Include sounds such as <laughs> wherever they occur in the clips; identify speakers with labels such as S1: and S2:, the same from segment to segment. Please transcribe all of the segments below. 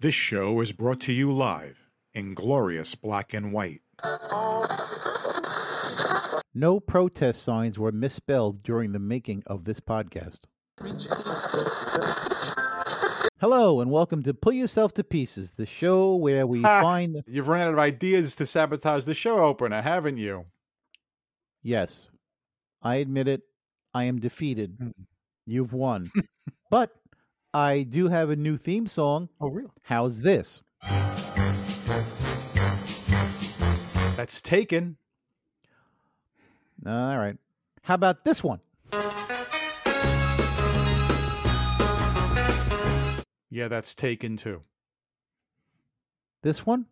S1: This show is brought to you live in glorious black and white.
S2: No protest signs were misspelled during the making of this podcast. Hello, and welcome to Pull Yourself to Pieces, the show where we
S1: Ha!
S2: find.
S1: You've ran out of ideas to sabotage the show opener, haven't you?
S2: Yes, I admit it. I am defeated.
S1: Hmm. <laughs>
S2: You've won. but I do have a new theme song.
S1: Oh, really?
S2: How's this?
S1: That's taken.
S2: All right. How about this one?
S1: Yeah, that's taken too.
S2: This one?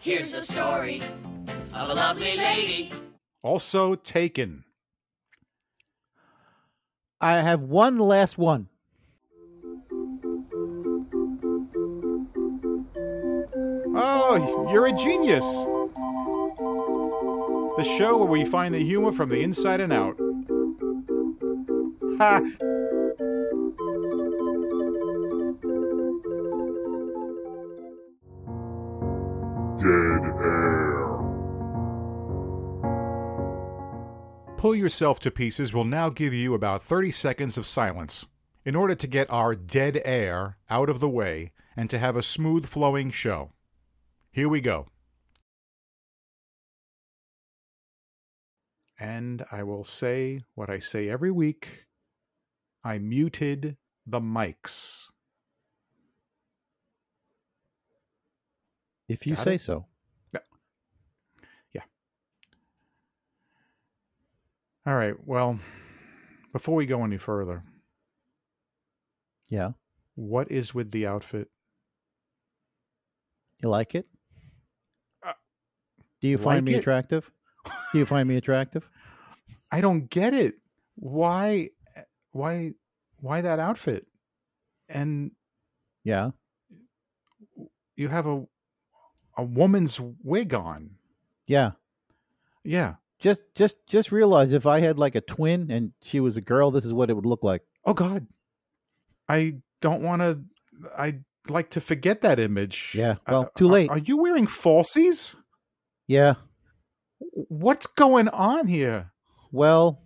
S3: Here's the story of a lovely lady.
S1: Also taken.
S2: I have one last one.
S1: Oh, you're a genius. The show where we find the humor from the inside and out. Ha!
S4: Dead air.
S1: Pull Yourself to Pieces will now give you about 30 seconds of silence in order to get our dead air out of the way and to have a smooth flowing show. Here we go. And I will say what I say every week I muted the mics.
S2: If you
S1: Got
S2: say
S1: it.
S2: so.
S1: All right, well, before we go any further,
S2: Yeah.
S1: what is with the outfit?
S2: You like it?
S1: Uh,
S2: Do you find
S1: like
S2: me
S1: it?
S2: attractive? Do you
S1: <laughs>
S2: find me attractive?
S1: I don't get it. Why why why that outfit? And
S2: Yeah.
S1: you have a a woman's wig on.
S2: Yeah.
S1: Yeah.
S2: Just just just realize if I had like a twin and she was a girl, this is what it would look like.
S1: Oh god. I don't want to I like to forget that image.
S2: Yeah,
S1: Uh,
S2: well, too
S1: are-
S2: late.
S1: Are, you wearing falsies?
S2: Yeah.
S1: What's going on here?
S2: Well,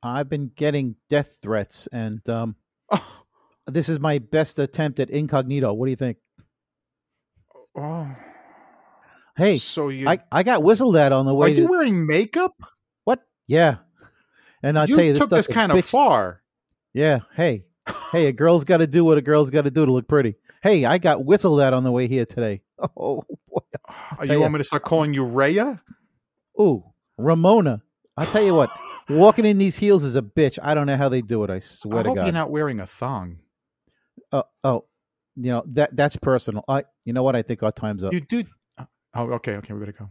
S2: I've been getting death threats and um
S1: Oh,
S2: this is my best attempt at incognito. What do you think?
S1: oh.
S2: Hey,
S1: so you
S2: I, I got whistled at on the
S1: are
S2: way
S1: you
S2: to
S1: wearing makeup?
S2: what? Yeah. And I
S1: you
S2: tell you this
S1: took
S2: stuff
S1: this
S2: is
S1: kind of
S2: bitch-
S1: far.
S2: Yeah. Hey. Hey, a girl's got to do what a girl's got to do to look pretty. Hey, I got whistled at on the way here today. <laughs> Oh, boy.
S1: Are
S2: tell
S1: you
S2: ya.
S1: want me to start calling you Raya?
S2: Ooh, Ramona. I tell you what, walking in these heels is a bitch. I don't know how they do it. I swear
S1: I
S2: to
S1: hope you're
S2: God.
S1: not wearing a thong.
S2: oh, oh, you know that that's personal. I, you know what? I think our time's up.
S1: You do. Oh, okay, okay, we better go.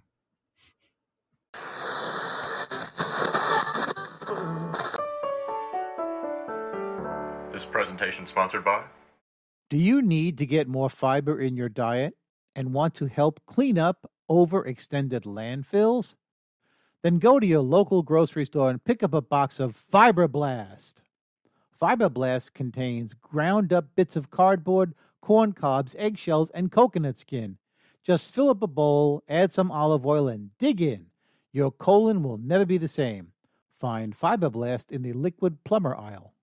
S5: This presentation sponsored by
S2: do you need to get more fiber in your diet and want to help clean up overextended landfills? Then go to your local grocery store and pick up a box of Fiberblast. Fiberblast contains ground up bits of cardboard, corn cobs, eggshells, and coconut skin. Just fill up a bowl, add some olive oil, and dig in. Your colon will never be the same. Find Fiberblast in the liquid plumber aisle.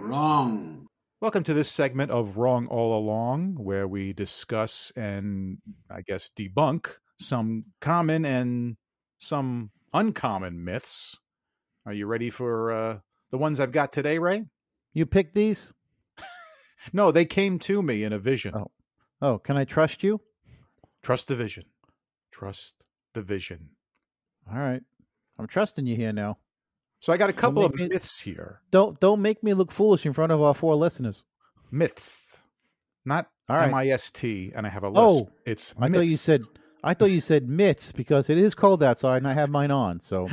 S6: Wrong.
S1: Welcome to this segment of Wrong All Along, where we discuss and, I guess, debunk some common and some uncommon myths. Are you ready for uh, the ones I've got today, Ray?
S2: You pick these?
S1: No, they came to me in a vision.
S2: Oh. Oh, can I trust you?
S1: Trust the vision. Trust the vision.
S2: All right. I'm trusting you here now.
S1: So I got a couple of
S2: make me-
S1: myths here.
S2: Don't don't make me look foolish in front of our four listeners.
S1: Myths, not
S2: All right.
S1: M-I-S-T, and I have a list.
S2: Oh,
S1: it's
S2: I thought you
S1: myths.
S2: said I thought you said mitts because it is cold outside and I have mine
S1: <laughs>
S2: on. So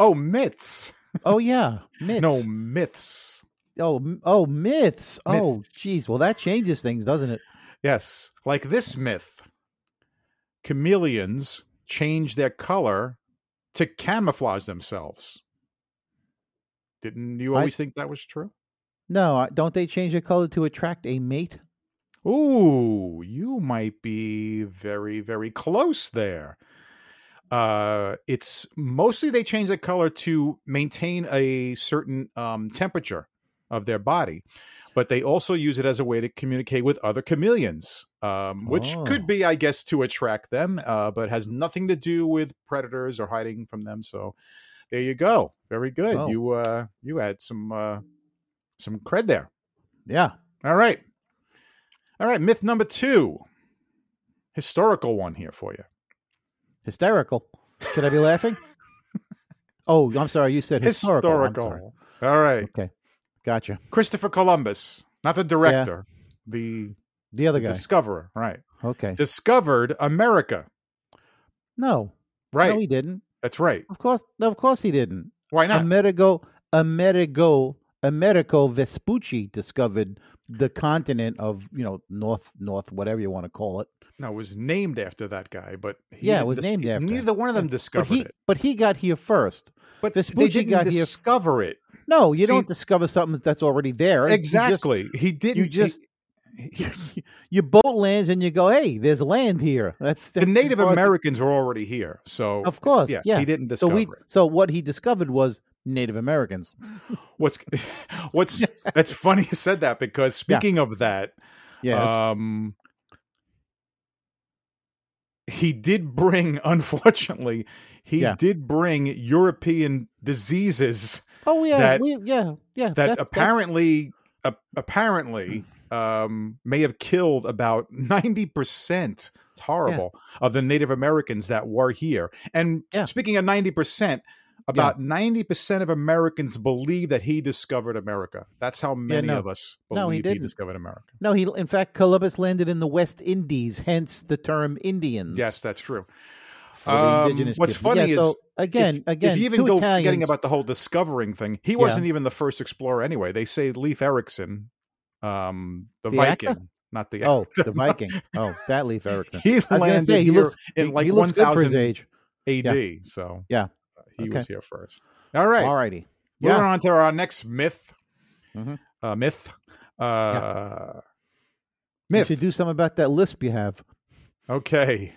S1: oh myths.
S2: oh yeah, mitts.
S1: No myths.
S2: Oh m- oh myths. Oh
S1: Myths.
S2: geez, well that changes things, doesn't it?
S1: Yes, like this myth. Chameleons change their color to camouflage themselves. Didn't you
S2: I-
S1: always think that was true?
S2: No, I- don't they change the color to attract a mate?
S1: Ooh, you might be very, very close there. Uh, it's mostly they change the color to maintain a certain um, temperature of their body, but they also use it as a way to communicate with other chameleons, um, which
S2: Oh.
S1: could be, I guess, to attract them, uh, but has nothing to do with predators or hiding from them. So there you go. Very good.
S2: Oh.
S1: You uh, you had some uh, some cred there.
S2: Yeah.
S1: All right. All right. Myth number two. Historical one here for you.
S2: Hysterical. Should I
S1: <laughs>
S2: be laughing? Oh, I'm sorry. You said historical. I'm sorry.
S1: All right.
S2: Okay. Gotcha.
S1: Christopher Columbus, not the director, the
S2: The other guy.
S1: discoverer, right?
S2: Okay.
S1: Discovered America,
S2: No.
S1: right?
S2: No, he didn't.
S1: That's right.
S2: Of course. No, of course he didn't.
S1: Why not?
S2: Um, Amerigo, Amerigo, Amerigo Vespucci discovered the continent of you know North North whatever you want to call it.
S1: no, it was named after that guy, but he
S2: Yeah, it
S1: didn't
S2: was named after.
S1: Neither one of them
S2: But
S1: discovered
S2: he
S1: it.
S2: but he got here first.
S1: But
S2: Vespucci
S1: they didn't
S2: got here-
S1: discover it.
S2: No, you
S1: See-
S2: don't discover something that's already there. You just-
S1: Exactly. he didn't. he-
S2: just-
S1: he-
S2: <laughs> your boat lands and you go, hey, there's land here. That's,
S1: the
S2: that's
S1: Native
S2: part-
S1: Americans were already here, so
S2: Of course,
S1: yeah,
S2: yeah.
S1: he didn't
S2: So
S1: discover
S2: we
S1: it.
S2: so what he discovered was Native Americans.
S1: What's <laughs> what's that's funny you said that because
S2: <laughs> Yeah.
S1: speaking of that,
S2: Yes.
S1: um he did bring, <laughs> unfortunately, he
S2: Yeah.
S1: did bring European diseases
S2: oh yeah,
S1: that-
S2: we, yeah, yeah.
S1: that
S2: that's- Mm. that's-
S1: apparently ap- apparently um may have killed about 90% it's horrible of the native americans that were here and
S2: Yeah.
S1: speaking of 90% about 90% of americans believe that he discovered america that's how many
S2: no.
S1: of us believe
S2: No, he
S1: he,
S2: didn't.
S1: discovered america
S2: No, he in fact Columbus landed in the West Indies, hence the term Indians.
S1: yes that's true
S2: for the
S1: Um,
S2: indigenous
S1: what's
S2: people. Yeah,
S1: funny
S2: so
S1: is
S2: again,
S1: if,
S2: again,
S1: if you even go forgetting
S2: Italians-
S1: about the whole discovering thing he
S2: Yeah.
S1: wasn't even the first explorer anyway they say leif erikson um the,
S2: The actor?
S1: viking not the <laughs>
S2: oh the Viking, oh that Leif Erikson.
S1: he
S2: I was gonna
S1: landed
S2: say he
S1: here
S2: looks
S1: <laughs> in
S2: he-
S1: like
S2: he looks good for his
S1: 1000 AD.
S2: age.
S1: So
S2: Yeah.
S1: uh, he
S2: Okay.
S1: was here first. All right,
S2: All righty,
S1: moving
S2: Yeah.
S1: on to our next myth.
S2: Mhm.
S1: Uh, myth. Uh,
S2: you
S1: Myth.
S2: should do something about that lisp you have.
S1: Okay.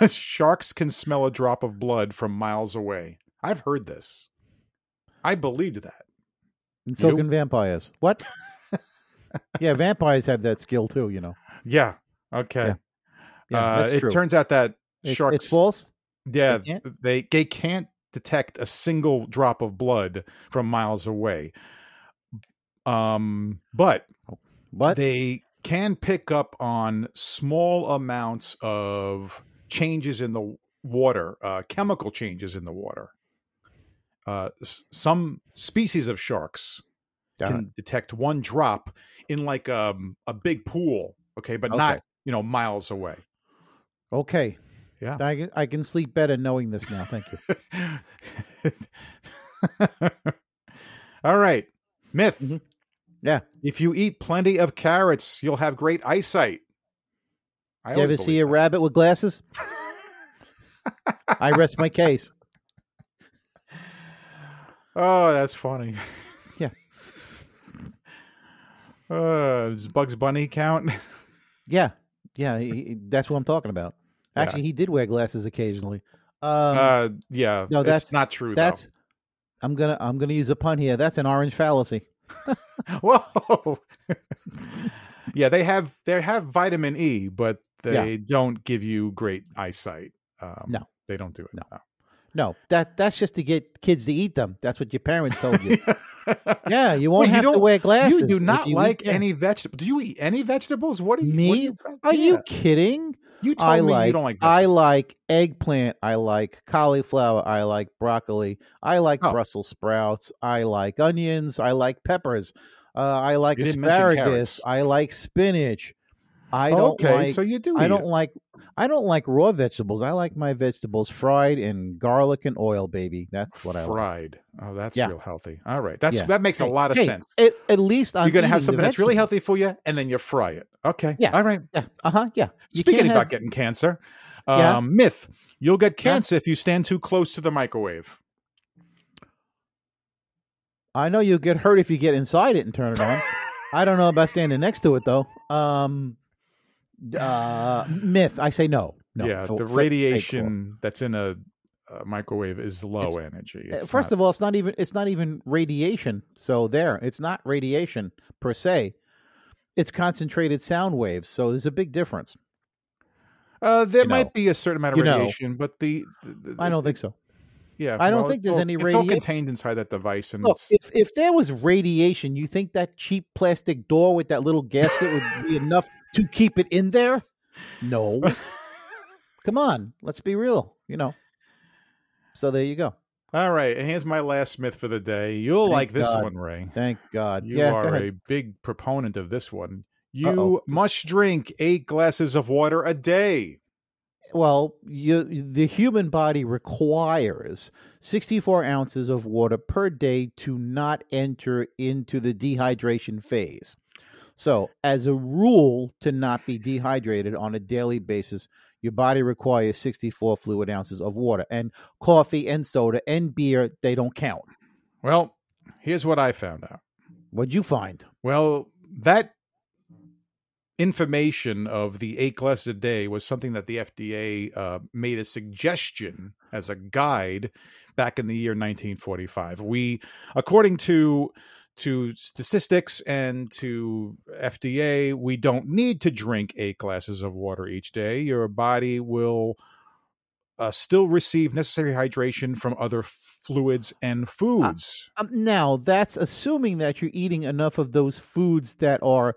S1: <laughs> Sharks can smell a drop of blood from miles away. I've heard this. I believed that.
S2: And so
S1: You?
S2: can vampires.
S1: <laughs>
S2: What? yeah, vampires have that skill too. You know.
S1: Yeah. Okay.
S2: Yeah,
S1: uh,
S2: that's
S1: it
S2: true.
S1: turns out that
S2: It-
S1: sharks.
S2: It's false.
S1: Yeah,
S2: They can't?
S1: they they can't detect a single drop of blood from miles away. Um, but
S2: What?
S1: they can pick up on small amounts of changes in the water, uh, chemical changes in the water. Uh, s- some species of sharks
S2: Got it.
S1: can detect one drop in like um, a big pool, okay, but
S2: Okay.
S1: not you know miles away.
S2: Okay.
S1: Yeah.
S2: I can, I can sleep better knowing this now. Thank you.
S1: <laughs> All right. Myth.
S2: Mhm. Yeah.
S1: If you eat plenty of carrots, you'll have great eyesight. I
S2: you ever
S1: always
S2: see a
S1: believe
S2: rabbit with
S1: <laughs>
S2: glasses? I rest my case.
S1: that. Oh, that's funny.
S2: Yeah.
S1: <laughs> Uh, does Bugs Bunny count?
S2: Yeah. Yeah. he- he- that's what I'm talking about.
S1: Yeah.
S2: Actually, he did wear glasses occasionally. Um,
S1: uh, yeah.
S2: no,
S1: it's
S2: that's-
S1: not true.
S2: that's. I'm gonna I'm gonna use a pun here. That's an orange fallacy.
S1: though. <laughs> whoa. <laughs> yeah, they have they have vitamin E, but
S2: Yeah.
S1: they don't give you great eyesight. Um,
S2: No.
S1: they don't do it.
S2: No. No, that that's just to get kids to eat them. That's what your parents told
S1: <laughs>
S2: you. yeah, you won't
S1: Wait, you
S2: have to
S1: don't-
S2: wear glasses.
S1: You do
S2: if
S1: not
S2: you eat
S1: like
S2: them.
S1: any vegetable. Do you eat any vegetables? What do you?
S2: Me?
S1: What do you uh,
S2: Are you
S1: Yeah.
S2: kidding?
S1: You told
S2: I
S1: me
S2: like,
S1: you don't like.
S2: I
S1: vegetables.
S2: like eggplant. I like cauliflower. I like broccoli. I like
S1: Oh.
S2: Brussels sprouts. I like onions. I like peppers. Uh, I like
S1: You didn't mention
S2: asparagus.
S1: carrots. Oh,
S2: I like spinach. I don't
S1: okay,
S2: like.
S1: so you do.
S2: I
S1: eat
S2: don't
S1: it.
S2: like. I don't like raw vegetables. I like my vegetables fried in garlic and oil, baby. That's what I like.
S1: fried. Oh, that's
S2: Yeah.
S1: real healthy. All right, that's
S2: Yeah.
S1: that makes a
S2: Hey,
S1: lot of
S2: hey,
S1: sense.
S2: At, at least I'm
S1: You're going to
S2: eating
S1: have
S2: the
S1: something that's really
S2: vegetables.
S1: healthy for you, and then you fry it. Okay.
S2: Yeah.
S1: All right.
S2: Yeah. Uh huh. Yeah. You
S1: Speaking
S2: can't
S1: about
S2: have-
S1: getting cancer,
S2: Yeah.
S1: um, myth: you'll get cancer if you stand too close to the microwave.
S2: I know you get hurt if you get inside it and turn
S1: <laughs>
S2: it on. I don't know about standing next to it though. Um, uh, myth. I say no. no
S1: yeah,
S2: for-
S1: the
S2: for-
S1: radiation that's in a, a microwave is low energy.
S2: Uh, First of all, it's not even it's not even radiation. So there, it's not radiation per se. It's concentrated sound waves. So there's a big difference.
S1: uh, there
S2: you
S1: might
S2: know,
S1: be a certain amount of
S2: you know.
S1: radiation, but the, the, the-
S2: I don't think so.
S1: Yeah,
S2: I don't
S1: well,
S2: think there's
S1: well,
S2: any
S1: It's all
S2: radiation.
S1: contained inside that device, and
S2: Look,
S1: it's-
S2: if, if there was radiation, you think that cheap plastic door with that little gasket would be enough to keep it in there?
S1: <laughs>
S2: No. Come on, let's be real, you know. So there you go.
S1: all right. And here's my last myth for the day. You'll
S2: Thank
S1: like this
S2: God.
S1: one, Ray.
S2: Thank God.
S1: You
S2: yeah, go
S1: are a
S2: ahead.
S1: big proponent of this one. You
S2: Uh-oh.
S1: must drink eight glasses of water a day.
S2: Well, you, the human body requires 64 ounces of water per day to not enter into the dehydration phase. So, as a rule, to not be dehydrated on a daily basis, your body requires 64 fluid ounces of water. And coffee and soda and beer, they don't count.
S1: Well, here's what I found out.
S2: What'd you find?
S1: Well, that information of the eight glasses a day was something that the FDA uh, made a suggestion as a guide back in the year 1945. We, according to to statistics and to FDA, we don't need to drink eight glasses of water each day. Your body will uh, still receive necessary hydration from other fluids and foods.
S2: Um, now that's assuming that you're eating enough of those foods that are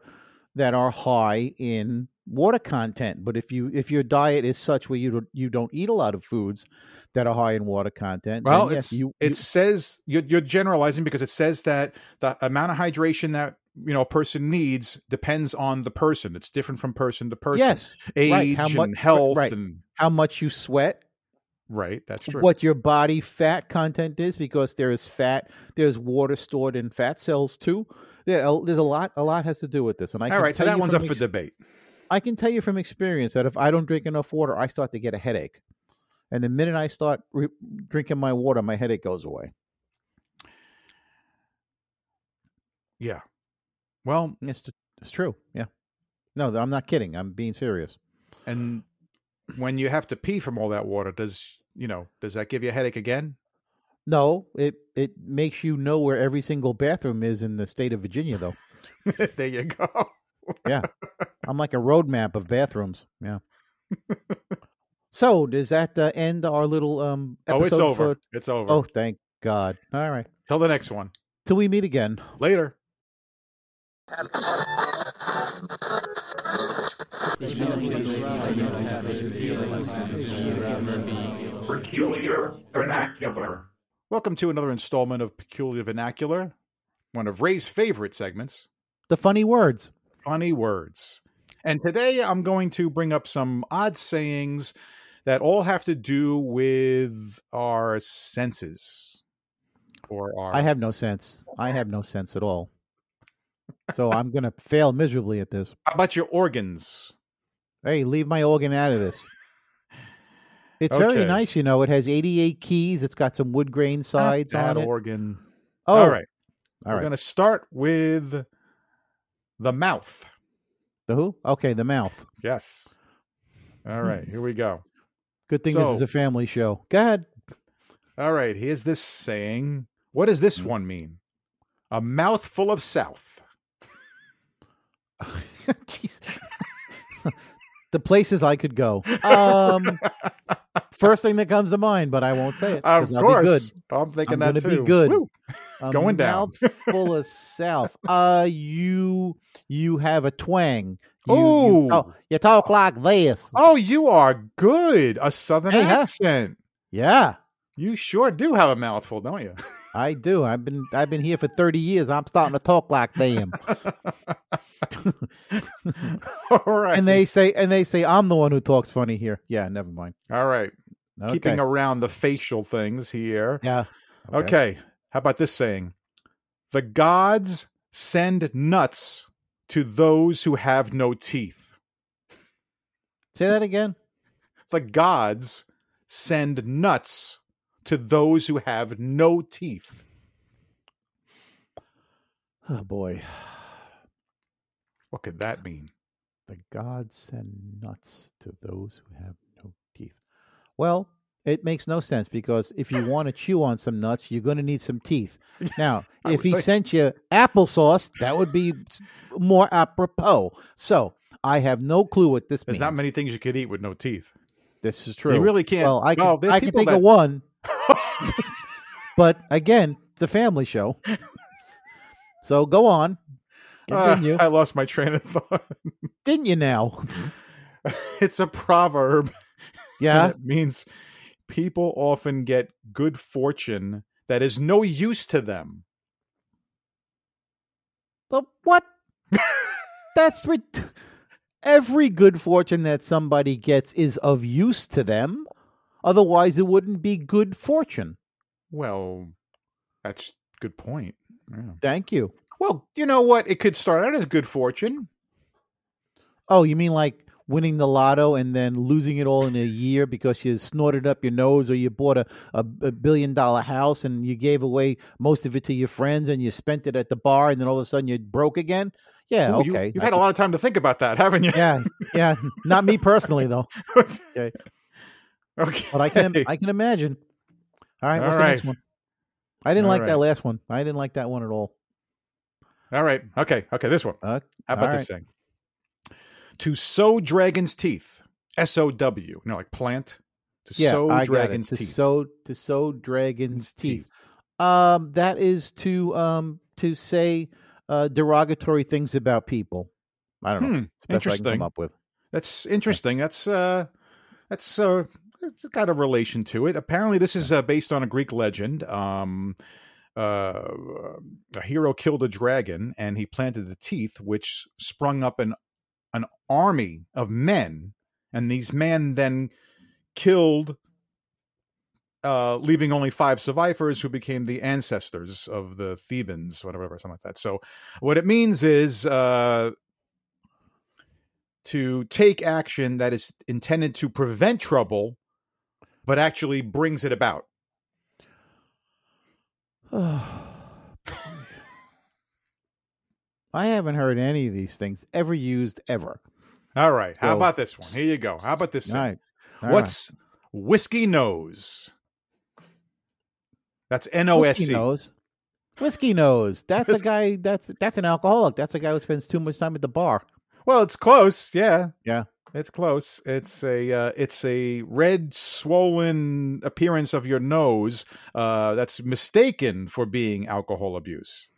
S2: that are high in water content. But if you if your diet is such where you don't, you don't eat a lot of foods that are high in water content, then
S1: Well,
S2: yes,
S1: it's
S2: you,
S1: it says you're, you're generalizing because it says that the amount of hydration that you know a person needs depends on the person. It's different from person to
S2: you-
S1: person.
S2: yes,
S1: age
S2: right, how
S1: and
S2: much-
S1: health
S2: right.
S1: and
S2: how much you sweat,
S1: right. That's true.
S2: what your body fat content is, because there is fat, there's water stored in fat cells too. There, there's a lot. A lot has to do with this, and I
S1: All
S2: can
S1: right, so
S2: tell
S1: that
S2: you
S1: one's
S2: from
S1: up for
S2: ex-
S1: debate.
S2: I can tell you from experience that if I don't drink enough water, I start to get a headache. And the minute I start re- drinking my water, my headache goes away.
S1: Yeah. Well,
S2: It's, it's true. Yeah. No, I'm not kidding. I'm being serious.
S1: and when you have to pee from all that water, does you know does that give you a headache again? <laughs>
S2: No, it it makes you know where every single bathroom is in the state of Virginia, though.
S1: there you go.
S2: I'm like a roadmap of bathrooms.
S1: <laughs>
S2: Yeah. so does that uh, end our little um?
S1: Oh, it's
S2: episode
S1: over.
S2: for-
S1: It's over.
S2: oh, thank God. All right.
S1: Till the next one.
S2: Till we meet again.
S1: Later.
S4: Peculiar vernacular.
S1: Welcome to another installment of Peculiar Vernacular, one of Ray's favorite segments.
S2: The funny words.
S1: funny words. And today I'm going to bring up some odd sayings that all have to do with our senses or our
S2: I have no sense. I have no sense at all. So I'm going to fail miserably at this.
S1: how about your organs?
S2: Hey, leave my organ out of this. It's
S1: Okay. Ah,
S2: very nice, you know. It has 88 keys. It's got some wood grain sides
S1: that
S2: on it.
S1: organ.
S2: oh,
S1: all right. We're
S2: All right.
S1: going to start with the mouth.
S2: The who? Okay, the mouth.
S1: Yes. All right, here we go.
S2: Good thing this is
S1: So-
S2: a family show. Go ahead. <laughs>
S1: All right, here's this saying. What does
S2: Mm.
S1: this one mean? A mouthful of south.
S2: Jeez. <laughs> the places I could go.
S1: <laughs>
S2: Um, first thing that comes to mind, but I won't say
S1: Of
S2: it. 'cause I'll be good.
S1: course. I'm thinking
S2: I'm
S1: that
S2: gonna
S1: too.
S2: be good.
S1: Woo.
S2: A
S1: Going down. <laughs>
S2: Mouthful of south. Uh, you you have a twang. You,
S1: Ooh.
S2: you, talk- you talk like this.
S1: Oh, you are good. A southern
S2: Hey, huh?
S1: accent.
S2: Yeah,
S1: You sure do have a mouthful, don't you? <laughs>
S2: I do. I've been I've been here for thirty years. I'm starting to talk like them.
S1: All <laughs> right.
S2: and they say and they say I'm the one who talks funny here. Yeah, never mind.
S1: All right.
S2: Okay.
S1: Keeping around the facial things here.
S2: yeah.
S1: Okay. How about this saying? The gods send nuts to those who have no teeth.
S2: Say that again.
S1: The gods send nuts to those who have no teeth.
S2: Oh boy.
S1: What could that mean?
S2: The gods send nuts to those who have no teeth. Well, it makes no sense because if you
S1: <laughs>
S2: want to chew on some nuts, you're going to need some teeth. Now,
S1: I
S2: if
S1: would
S2: he
S1: think.
S2: sent you applesauce, that would be s- more apropos. So I have no clue what this
S1: There's
S2: means.
S1: not many things you could eat with no teeth.
S2: This is true.
S1: really can't-
S2: Well, I can,
S1: well, there's
S2: I can
S1: people
S2: think
S1: that- <laughs>
S2: of one, but again, it's a family
S1: <laughs>
S2: show. So go on.
S1: Ah,
S2: Continue.
S1: I lost my train of thought. <laughs>
S2: Didn't you now? <laughs>
S1: it's a proverb. <laughs>
S2: Yeah.
S1: and it means people often get good fortune that is no use to them.
S2: But what? That's rid- every good fortune that somebody gets is of use to them. Otherwise, it wouldn't be good fortune.
S1: Well, that's a good point. Yeah.
S2: Thank you.
S1: Well, you know what? It could start out as good fortune.
S2: Oh, you mean like winning the lotto and then losing it all in a year because you snorted up your nose or you bought a, a, a billion dollar house and you gave away most of it to your friends and you spent it at the bar and then all of a sudden you're broke again? Yeah,
S1: Ooh, you-
S2: okay.
S1: you've
S2: I
S1: had a lot of time to think about that, haven't you?
S2: could- yeah, yeah. Not me personally though,
S1: <laughs> okay. Okay.
S2: but I can I can imagine. All right,
S1: All
S2: what's the next
S1: right.
S2: one? I didn't
S1: All
S2: like that
S1: right.
S2: last one. I didn't like that one at all.
S1: All right. Okay. Okay. This one.
S2: Uh,
S1: How about
S2: all
S1: this thing? To sow dragon's teeth. S O W. You know, like plant. To
S2: Yeah,
S1: sow
S2: I
S1: dragon's
S2: got it. To
S1: teeth.
S2: sow to sow dragon's teeth. Um, that is to um to say uh, derogatory things about people. I don't know.
S1: Hmm.
S2: It's the best I can
S1: interesting.
S2: come
S1: <sighs>
S2: up with.
S1: That's interesting. That's uh, that's uh, it's got a relation to it. Apparently, this is uh, based on a Greek legend. Um, uh, a hero killed a dragon, and he planted the teeth, which sprung up an an army of men, and these men then killed. Uh, leaving only five survivors who became the ancestors of the Thebans, whatever, something like that. So, what it means is uh, to take action that is intended to prevent trouble, but actually brings it about.
S2: I haven't heard any of these things ever used ever.
S1: All right. How
S2: Well,
S1: about this one? Here you go. How about this?
S2: All
S1: thing?
S2: right. All right.
S1: What's whiskey nose? That's N O S
S2: Whiskey
S1: E.
S2: nose. Whiskey nose. That's a
S1: Whiskey-
S2: guy. That's that's an alcoholic. That's a guy who spends too much time at the bar.
S1: Well, it's close. Yeah.
S2: Yeah.
S1: It's close. It's a uh, it's a red swollen appearance of your nose uh, that's mistaken for being alcohol abuse.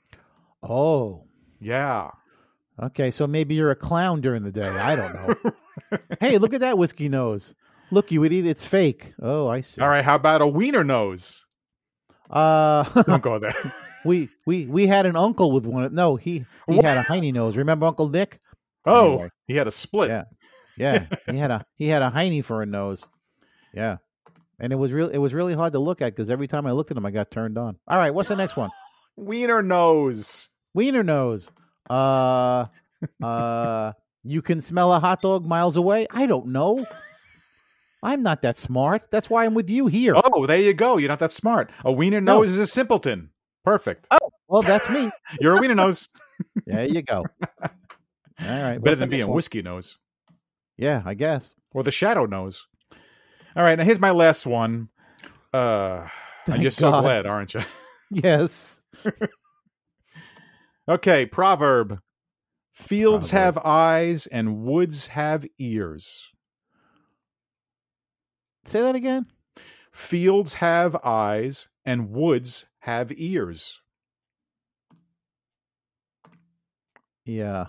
S2: Oh,
S1: Yeah.
S2: okay. So maybe you're a clown during the day. I don't know. hey, look at that whiskey nose. Look, you idiot! It's fake. Oh, I see.
S1: All right. How about a wiener nose?
S2: Uh, <laughs>
S1: Don't go there. <laughs>
S2: We we we had an uncle with one. No, he he had a heiny nose. Remember Uncle Nick?
S1: Oh,
S2: Anyway.
S1: he had a split.
S2: Yeah. Yeah, he had a he had a heiny for a nose. Yeah, and it was real. It was really hard to look at because every time I looked at him, I got turned on. All right, what's the next one?
S1: Wiener nose.
S2: Wiener nose. Uh, uh, you can smell a hot dog miles away. I don't know. I'm not that smart. That's why I'm with you here.
S1: Oh, there you go. You're not that smart. A wiener
S2: No. Oh.
S1: nose is a simpleton. Perfect.
S2: Well, that's me.
S1: You're a wiener
S2: <laughs>
S1: nose.
S2: There
S1: <laughs>
S2: you go. All right,
S1: Better
S2: what's the
S1: than
S2: next
S1: being
S2: one?
S1: whiskey nose
S2: Yeah, I guess.
S1: or the shadow nose. All right. Now, here's my last one. Uh, I'm
S2: Thank
S1: just so
S2: God.
S1: glad, aren't you? <laughs>
S2: Yes.
S1: Okay. Proverb Fields
S2: Proverb.
S1: have eyes and woods have ears.
S2: Say that again.
S1: Fields have eyes and woods have ears.
S2: Yeah.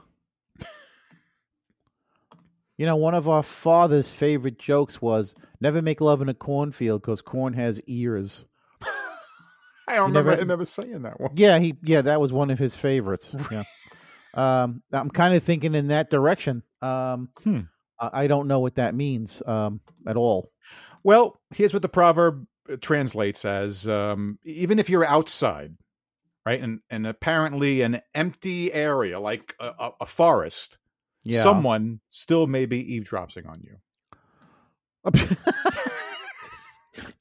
S2: you know, one of our father's favorite jokes was never make love in a cornfield because corn has ears.
S1: I don't
S2: You
S1: remember
S2: never-
S1: him ever saying that one.
S2: Yeah, he yeah, that was one of his favorites. Yeah. um I'm kind of thinking in that direction. Um
S1: Hmm.
S2: I, I don't know what that means um at all.
S1: Well, here's what the proverb uh, translates as: um, even if you're outside, right, and and apparently an empty area like a, a, a forest, <laughs>
S2: Yeah. <laughs>
S1: someone still may be eavesdropping on you.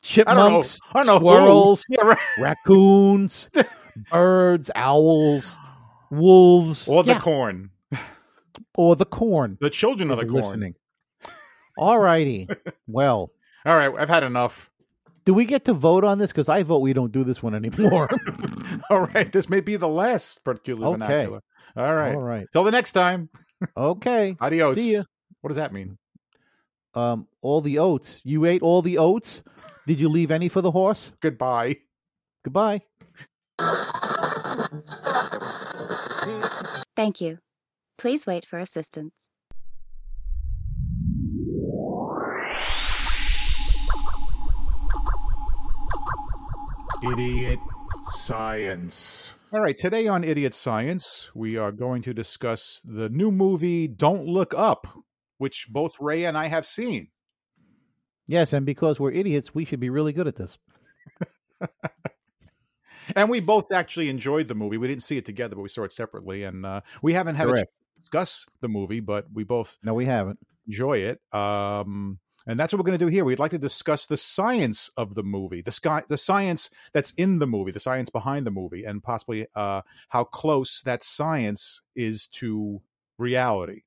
S2: Chipmunks,
S1: I don't know. I don't know who.
S2: squirrels,
S1: Yeah, right.
S2: raccoons, birds, owls.
S1: <laughs>
S2: wolves,
S1: Or the
S2: Yeah,
S1: corn.
S2: or the corn.
S1: The children of
S2: is
S1: the corn.
S2: listening. All righty. well,
S1: All right, I've had enough. <laughs>
S2: do we get to vote on this? Because I vote we don't do this one anymore.
S1: All right, this may be the last particular
S2: Okay.
S1: vernacular. <laughs> All right.
S2: All right.
S1: Till the next time.
S2: Okay.
S1: Adios.
S2: See ya.
S1: What does that mean?
S2: Um, all the oats. You ate all the oats. Did you leave any for the horse?
S1: Goodbye.
S2: Goodbye.
S6: Thank you. Please wait for assistance.
S1: Idiot science. All right, today on Idiot Science, we are going to discuss the new movie Don't Look Up, which both Ray and I have seen.
S2: Yes, and because we're idiots, we should be really good at this.
S1: And we both actually enjoyed the movie. We didn't see it together, but we saw it separately. And uh, we haven't had a chance
S2: Correct.
S1: to discuss the movie, but we both
S2: No, we haven't.
S1: enjoy it. Um, and that's what we're going to do here. We'd like to discuss the science of the movie, the sky, the science that's in the movie, the science behind the movie, and possibly uh, how close that science is to reality.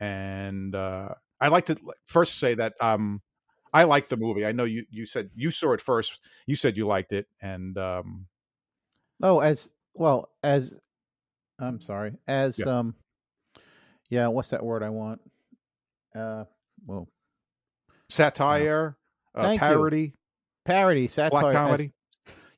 S1: And uh, I'd like to l- first say that um, I like the movie. I know you you said you saw it first. You said you liked it, and um,
S2: Oh, as well as I'm sorry, as
S1: Yeah.
S2: um, yeah, what's that word I want? Uh, well,
S1: satire, uh,
S2: Thank you.
S1: parody,
S2: parody, satire,
S1: black
S2: as-
S1: comedy.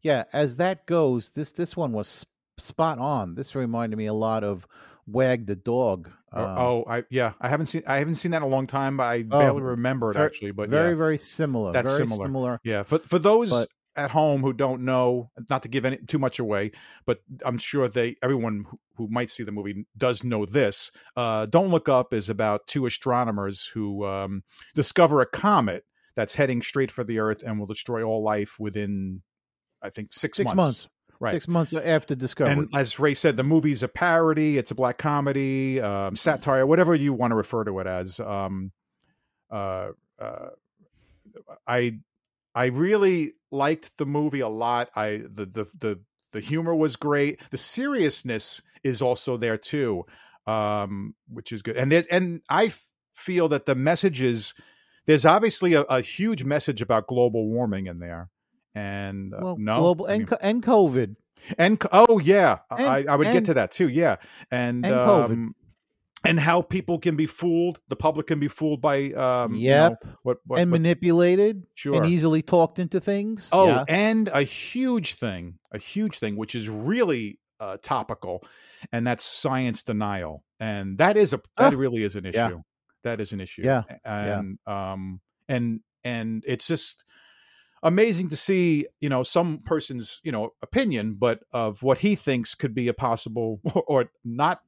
S2: yeah, as that goes, this this one was sp- spot on. This reminded me a lot of Wag the Dog.
S1: Oh,
S2: um,
S1: oh, I yeah, I haven't seen I haven't seen that in a long time. But I barely remember it
S2: ver-
S1: actually, but
S2: very
S1: yeah.
S2: very similar.
S1: That's
S2: very
S1: similar.
S2: similar.
S1: Yeah, for for those
S2: But-
S1: at home who don't know, not to give any too much away, but I'm sure they everyone who, who might see the movie does know this. Uh, don't look up is about two astronomers who um, discover a comet that's heading straight for the Earth and will destroy all life within, I think, six,
S2: Six months.
S1: Right.
S2: Six months after discovery.
S1: And as Ray said, the movie's a parody. It's a black comedy, um, satire, whatever you want to refer to it as. Um, uh, uh, I I really liked the movie a lot. I the the the the humor was great. The seriousness is also there too, um, which is good. And there's and I f- feel that the messages there's obviously a, a huge message about global warming in there. And uh,
S2: well,
S1: no,
S2: global
S1: I mean-
S2: and, co- and COVID.
S1: and co- oh yeah
S2: And-
S1: I, I would get
S2: and-
S1: to that too yeah and,
S2: and COVID.
S1: um and how people can be fooled the public can be fooled by um you
S2: Yep.
S1: know, what, what,
S2: and
S1: what-
S2: manipulated
S1: sure
S2: and easily talked into things.
S1: oh
S2: Yeah.
S1: and a huge thing a huge thing which is really uh topical and that's science denial and that is a that
S2: Ah.
S1: really is an issue
S2: Yeah.
S1: that is an issue
S2: Yeah.
S1: and um and and it's just amazing to see you know some person's you know opinion but of what he thinks could be a possible <laughs> or not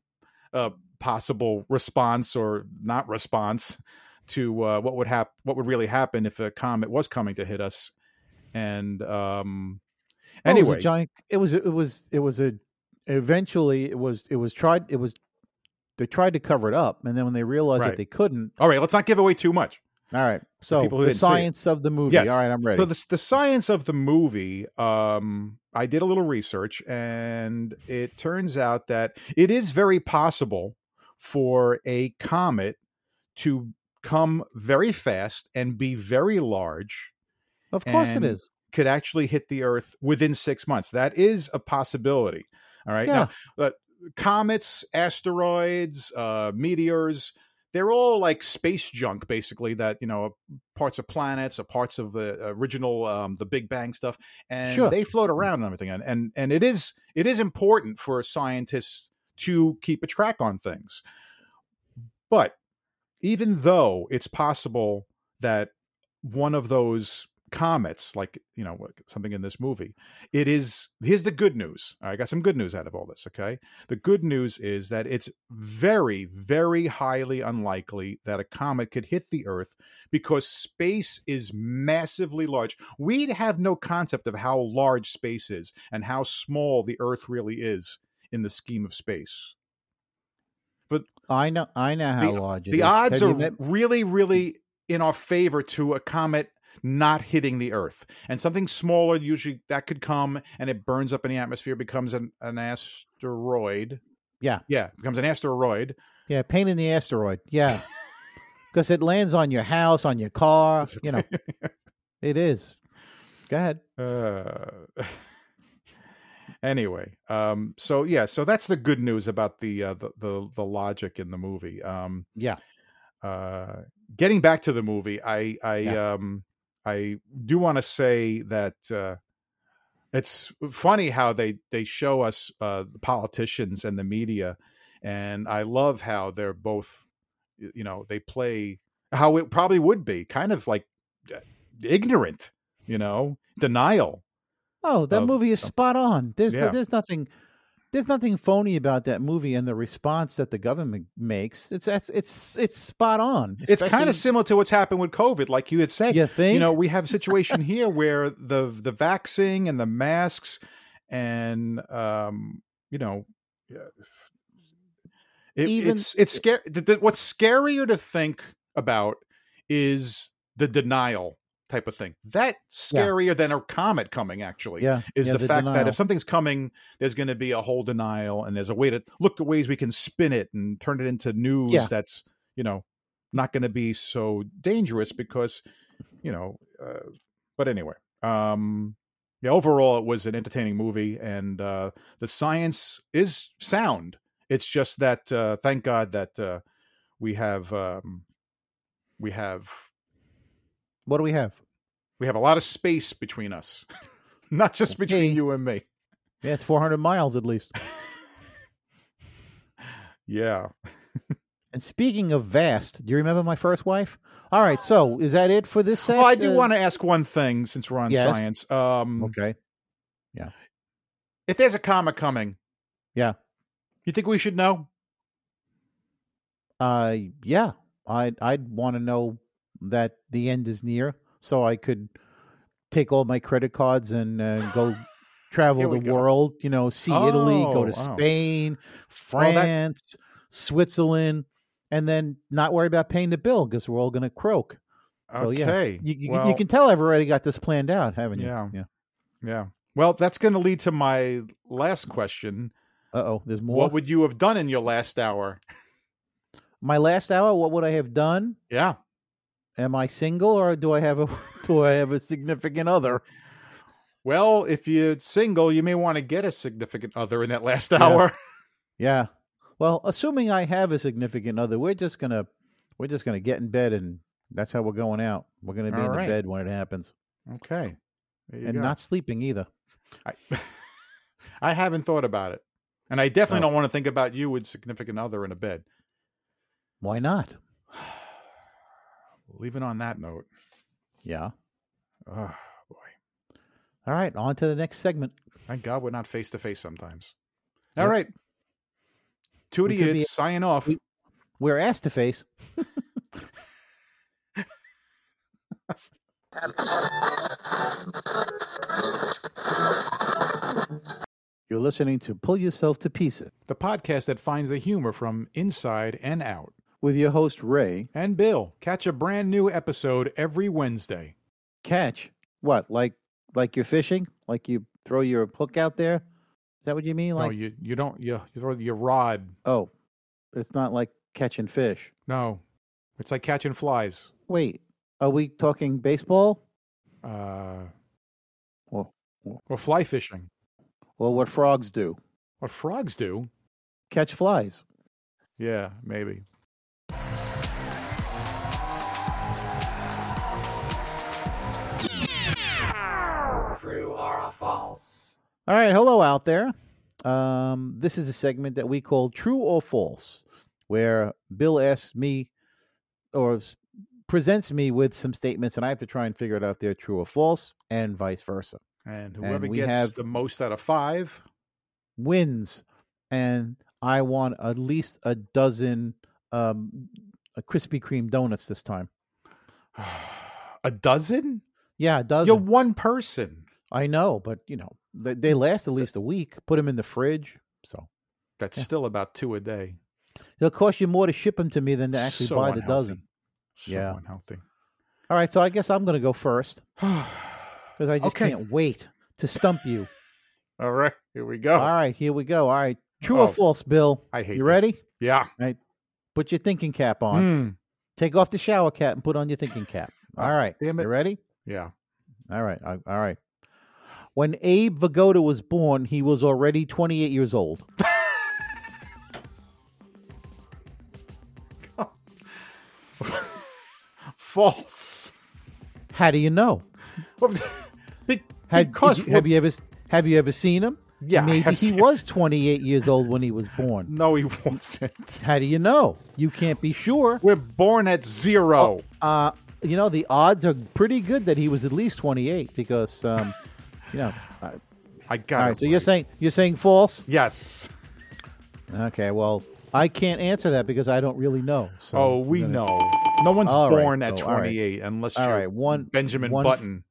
S1: a possible response or not response to uh, what would hap- what would really happen if a comet was coming to hit us and um
S2: Oh, it was a
S1: anyway
S2: giant. It was. It was. It was a. Eventually, it was. It was tried. It was. They tried to cover it up, and then when they realized
S1: Right.
S2: that they couldn't,
S1: all right let's not give away too much
S2: all right. So
S1: people who
S2: the
S1: didn't see it.
S2: science of the movie.
S1: Yes.
S2: All right, I'm ready.
S1: So the, the science of the movie, um, I did a little research, and it turns out that it is very possible for a comet to come very fast and be very large.
S2: of course,
S1: and-
S2: it is.
S1: Could actually hit the Earth within six months. That is a possibility. All right.
S2: yeah.
S1: Now, comets, asteroids, uh, meteors. They're all like space junk, basically. That you know, parts of planets, or parts of the original, um, the Big Bang stuff, and
S2: Sure.
S1: they float around and everything. And, and and it is it is important for scientists to keep a track on things. But even though it's possible that one of those comets, like you know, like something in this movie, it is. Here's the good news. I got some good news out of all this. Okay, the good news is that it's very, very highly unlikely that a comet could hit the Earth because space is massively large. We'd have no concept of how large space is and how small the Earth really is in the scheme of space.
S2: I know. I know how large it
S1: The
S2: is.
S1: odds
S2: Have Mm.
S1: are
S2: you met-
S1: really, really in our favor to a comet not hitting the earth. And something smaller, usually that could come and it burns up in the atmosphere, becomes an, an asteroid.
S2: Yeah.
S1: Yeah. Becomes an asteroid.
S2: Yeah, pain in the asteroid. Yeah.
S1: <laughs>
S2: Because it lands on your house, on your car.
S1: That's
S2: You know,
S1: <laughs>
S2: it is. Go ahead.
S1: Uh, <laughs> anyway, um, so yeah, so that's the good news about the uh, the, the the logic in the movie. Um,
S2: Yeah.
S1: uh, getting back to the movie, I I
S2: Yeah.
S1: um, I do want to say that uh, it's funny how they they show us uh, the politicians and the media, and I love how they're both, y- you know, they play how it probably would be kind of like uh, ignorant, you know, denial.
S2: Oh, that
S1: of
S2: movie is
S1: something.
S2: spot on. There's
S1: Yeah.
S2: there's nothing there's nothing phony about that movie and the response that the government makes. It's it's it's, it's spot on.
S1: it's kind of
S2: especially-
S1: similar to what's happened with COVID, like you had said.
S2: you think
S1: You know, we have a situation here where the the vaccine and the masks and um, you know, yeah, it,
S2: Even-
S1: it's it's scary. What's scarier to think about is the denial type of thing. That's
S2: Yeah.
S1: scarier than a comet coming. Actually,
S2: yeah,
S1: is
S2: yeah,
S1: the, fact that
S2: denial.
S1: if something's coming, there's going to be a whole denial, and there's a way to look at ways we can spin it and turn it into news
S2: Yeah.
S1: that's you know not going to be so dangerous because you know. Uh, but anyway, um, yeah. Overall, it was an entertaining movie, and uh, the science is sound. It's just that uh, thank God that uh, we have um, we have
S2: what do we have?
S1: we have a lot of space between us, <laughs> not just between
S2: Okay.
S1: you and me.
S2: Yeah, it's 400 miles at least.
S1: Yeah.
S2: And speaking of vast, do you remember my first wife? All right, so is that it for this section?
S1: Well, I do want to ask one thing since we're on
S2: Yes.
S1: science. Um,
S2: Okay.
S1: If there's a comet coming,
S2: Yeah.
S1: you think we should know?
S2: Uh, yeah, I'd I'd want to know that the end is near, so I could take all my credit cards and uh, go
S1: <laughs>
S2: travel
S1: Here we
S2: the
S1: go.
S2: world. You know, see Italy,
S1: Oh,
S2: go to
S1: wow.
S2: Spain,
S1: that-
S2: France, Switzerland, and then not worry about paying the bill because we're all going to croak. So, yeah.
S1: okay.
S2: You, you,
S1: well,
S2: you can tell I've already got this planned out, haven't you?
S1: Yeah.
S2: Yeah.
S1: Yeah. Well, that's going to lead to my last question.
S2: Uh oh, there's more.
S1: What would you have done in your last hour?
S2: my last hour, what would I have done?
S1: Yeah.
S2: Am I single or do I have a <laughs> do I have a significant other?
S1: Well, if you're single, you may want to get a significant other in that last
S2: Yeah.
S1: hour.
S2: Yeah. Well, assuming I have a significant other, we're just gonna we're just gonna get in bed and that's how we're going out. We're gonna be
S1: All
S2: in
S1: right.
S2: the bed when it happens.
S1: Okay. There you
S2: and
S1: go.
S2: not sleeping either.
S1: I, <laughs> I haven't thought about it. And I definitely
S2: Oh.
S1: don't want to think about you with significant other in a bed.
S2: Why not?
S1: Leaving on that note.
S2: Yeah.
S1: Ah, boy.
S2: All right, on to the next segment.
S1: Thank God we're not face to face sometimes. All
S2: Yep.
S1: right. Two
S2: We could
S1: idiots
S2: be-
S1: sign off.
S2: we- We're ass to face. <laughs> You're listening to Pull Yourself to Pieces
S1: the podcast that finds the humor from inside and out.
S2: with your host, Ray.
S1: And Bill, catch a brand new episode every Wednesday.
S2: Catch. What? Like like you're fishing? Like you throw your hook out there? Is that what you mean?
S1: no,
S2: Like
S1: you you don't you, you throw your rod.
S2: oh. It's not like catching fish.
S1: No, it's like catching flies.
S2: Wait, are we talking baseball?
S1: Uh,
S2: Well-
S1: or fly fishing.
S2: Well what frogs do.
S1: What frogs do?
S2: Catch flies.
S1: Yeah, maybe.
S4: True or false?
S2: All right, hello out there. Um, this is a segment that we call True or False, where Bill asks me or s- presents me with some statements, and I have to try and figure it out if they're true or false, and vice versa.
S1: And whoever
S2: we
S1: gets
S2: have-
S1: the most out of five, <sighs>
S2: Wins, and I want at least a dozen um, uh, Krispy Kreme donuts this time.
S1: a dozen.
S2: Yeah, a dozen.
S1: You're one person.
S2: I know, but you know they, they last at least a week. Put them in the fridge, so
S1: That's
S2: Yeah.
S1: still about two a day.
S2: it'll cost you more to ship them to me than to actually
S1: So
S2: buy the
S1: unhealthy. <sighs>
S2: dozen.
S1: So
S2: <sighs> Yeah.
S1: unhealthy.
S2: All right, so I guess I'm going to go first because I just
S1: Okay.
S2: can't wait to stump
S1: <laughs>
S2: you.
S1: All right, here we go.
S2: All right, here we go. All right, true
S1: Oh,
S2: or false, Bill?
S1: I hate
S2: You
S1: this.
S2: ready?
S1: Yeah.
S2: Put your thinking cap on.
S1: Mm,
S2: Take off the shower cap and put on your thinking cap.
S1: Oh,
S2: All right,
S1: damn it.
S2: you ready?
S1: Yeah.
S2: All right, I- all right. When Abe Vigoda was born, he was already 28 years old.
S1: <laughs> False.
S2: How do you know?
S1: <laughs>
S2: Had, did
S1: because
S2: you- have you ever s- have you ever seen him?
S1: Yeah, I
S2: maybe
S1: have
S2: he
S1: seen-
S2: was 28 years old when he was born.
S1: <laughs> no, he wasn't.
S2: <laughs> How do you know? You can't be sure.
S1: We're born at zero.
S2: Uh, you know the odds are pretty good that he was at least 28 because, um, you know. uh,
S1: <laughs> I got
S2: all
S1: it.
S2: right, so you're
S1: right.
S2: saying you're saying false?
S1: yes.
S2: Okay, well I can't answer that because I don't really know. So
S1: oh,
S2: I'm
S1: we
S2: gonna-
S1: know. No one's
S2: All right,
S1: born at
S2: oh, all right.
S1: 28 unless
S2: All
S1: you're
S2: right, one
S1: Benjamin
S2: one f-
S1: Button.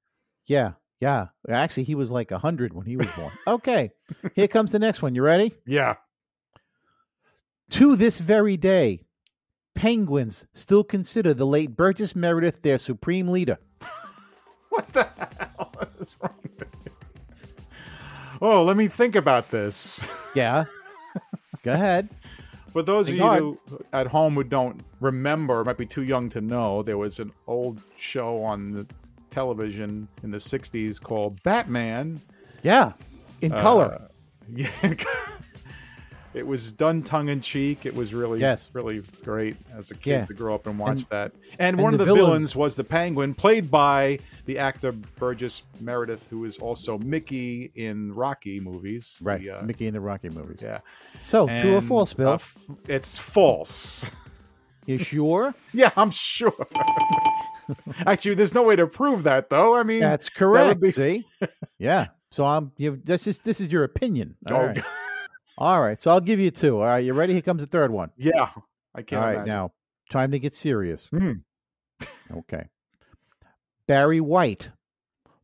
S2: Yeah, yeah. Actually, he was like 100 when he was born. okay, here comes the next one. You ready?
S1: Yeah. <laughs>
S2: To this very day, penguins still consider the late Burgess Meredith their supreme leader.
S1: What the <laughs> hell is wrong with you? Oh, let me think about this. <laughs>
S2: Yeah. Go ahead.
S1: For those of
S2: Think
S1: you
S2: hard.
S1: who, at home who don't remember, might be too young to know, there was an old show on the television in the 60s called Batman. <laughs>
S2: Yeah. In
S1: Uh,
S2: color.
S1: Yeah. it was done tongue in cheek. It was really,
S2: Yes.
S1: really great as a kid
S2: Yeah.
S1: to grow up and watch
S2: And-
S1: that. And,
S2: and
S1: one
S2: the
S1: of the villains.
S2: villains-
S1: was the Penguin, played by the actor Burgess Meredith, who is also Mickey in Rocky movies. the,
S2: Right.
S1: uh,
S2: Mickey and the Rocky movies.
S1: yeah.
S2: So, true or
S1: And,
S2: false, Bill?
S1: uh, f- it's false. <laughs>
S2: you sure?
S1: Yeah, I'm sure. Actually, there's no way to prove <laughs> that, though. I mean,
S2: That's correct.
S1: be-
S2: See?
S1: <laughs>
S2: Yeah. So I'm you this is this is your opinion. All
S1: Oh,
S2: right. All right. So I'll give you two. All right, you ready? Here comes the third one.
S1: yeah, I can't.
S2: All right,
S1: imagine.
S2: now time to get serious.
S1: Hmm.
S2: okay. Barry White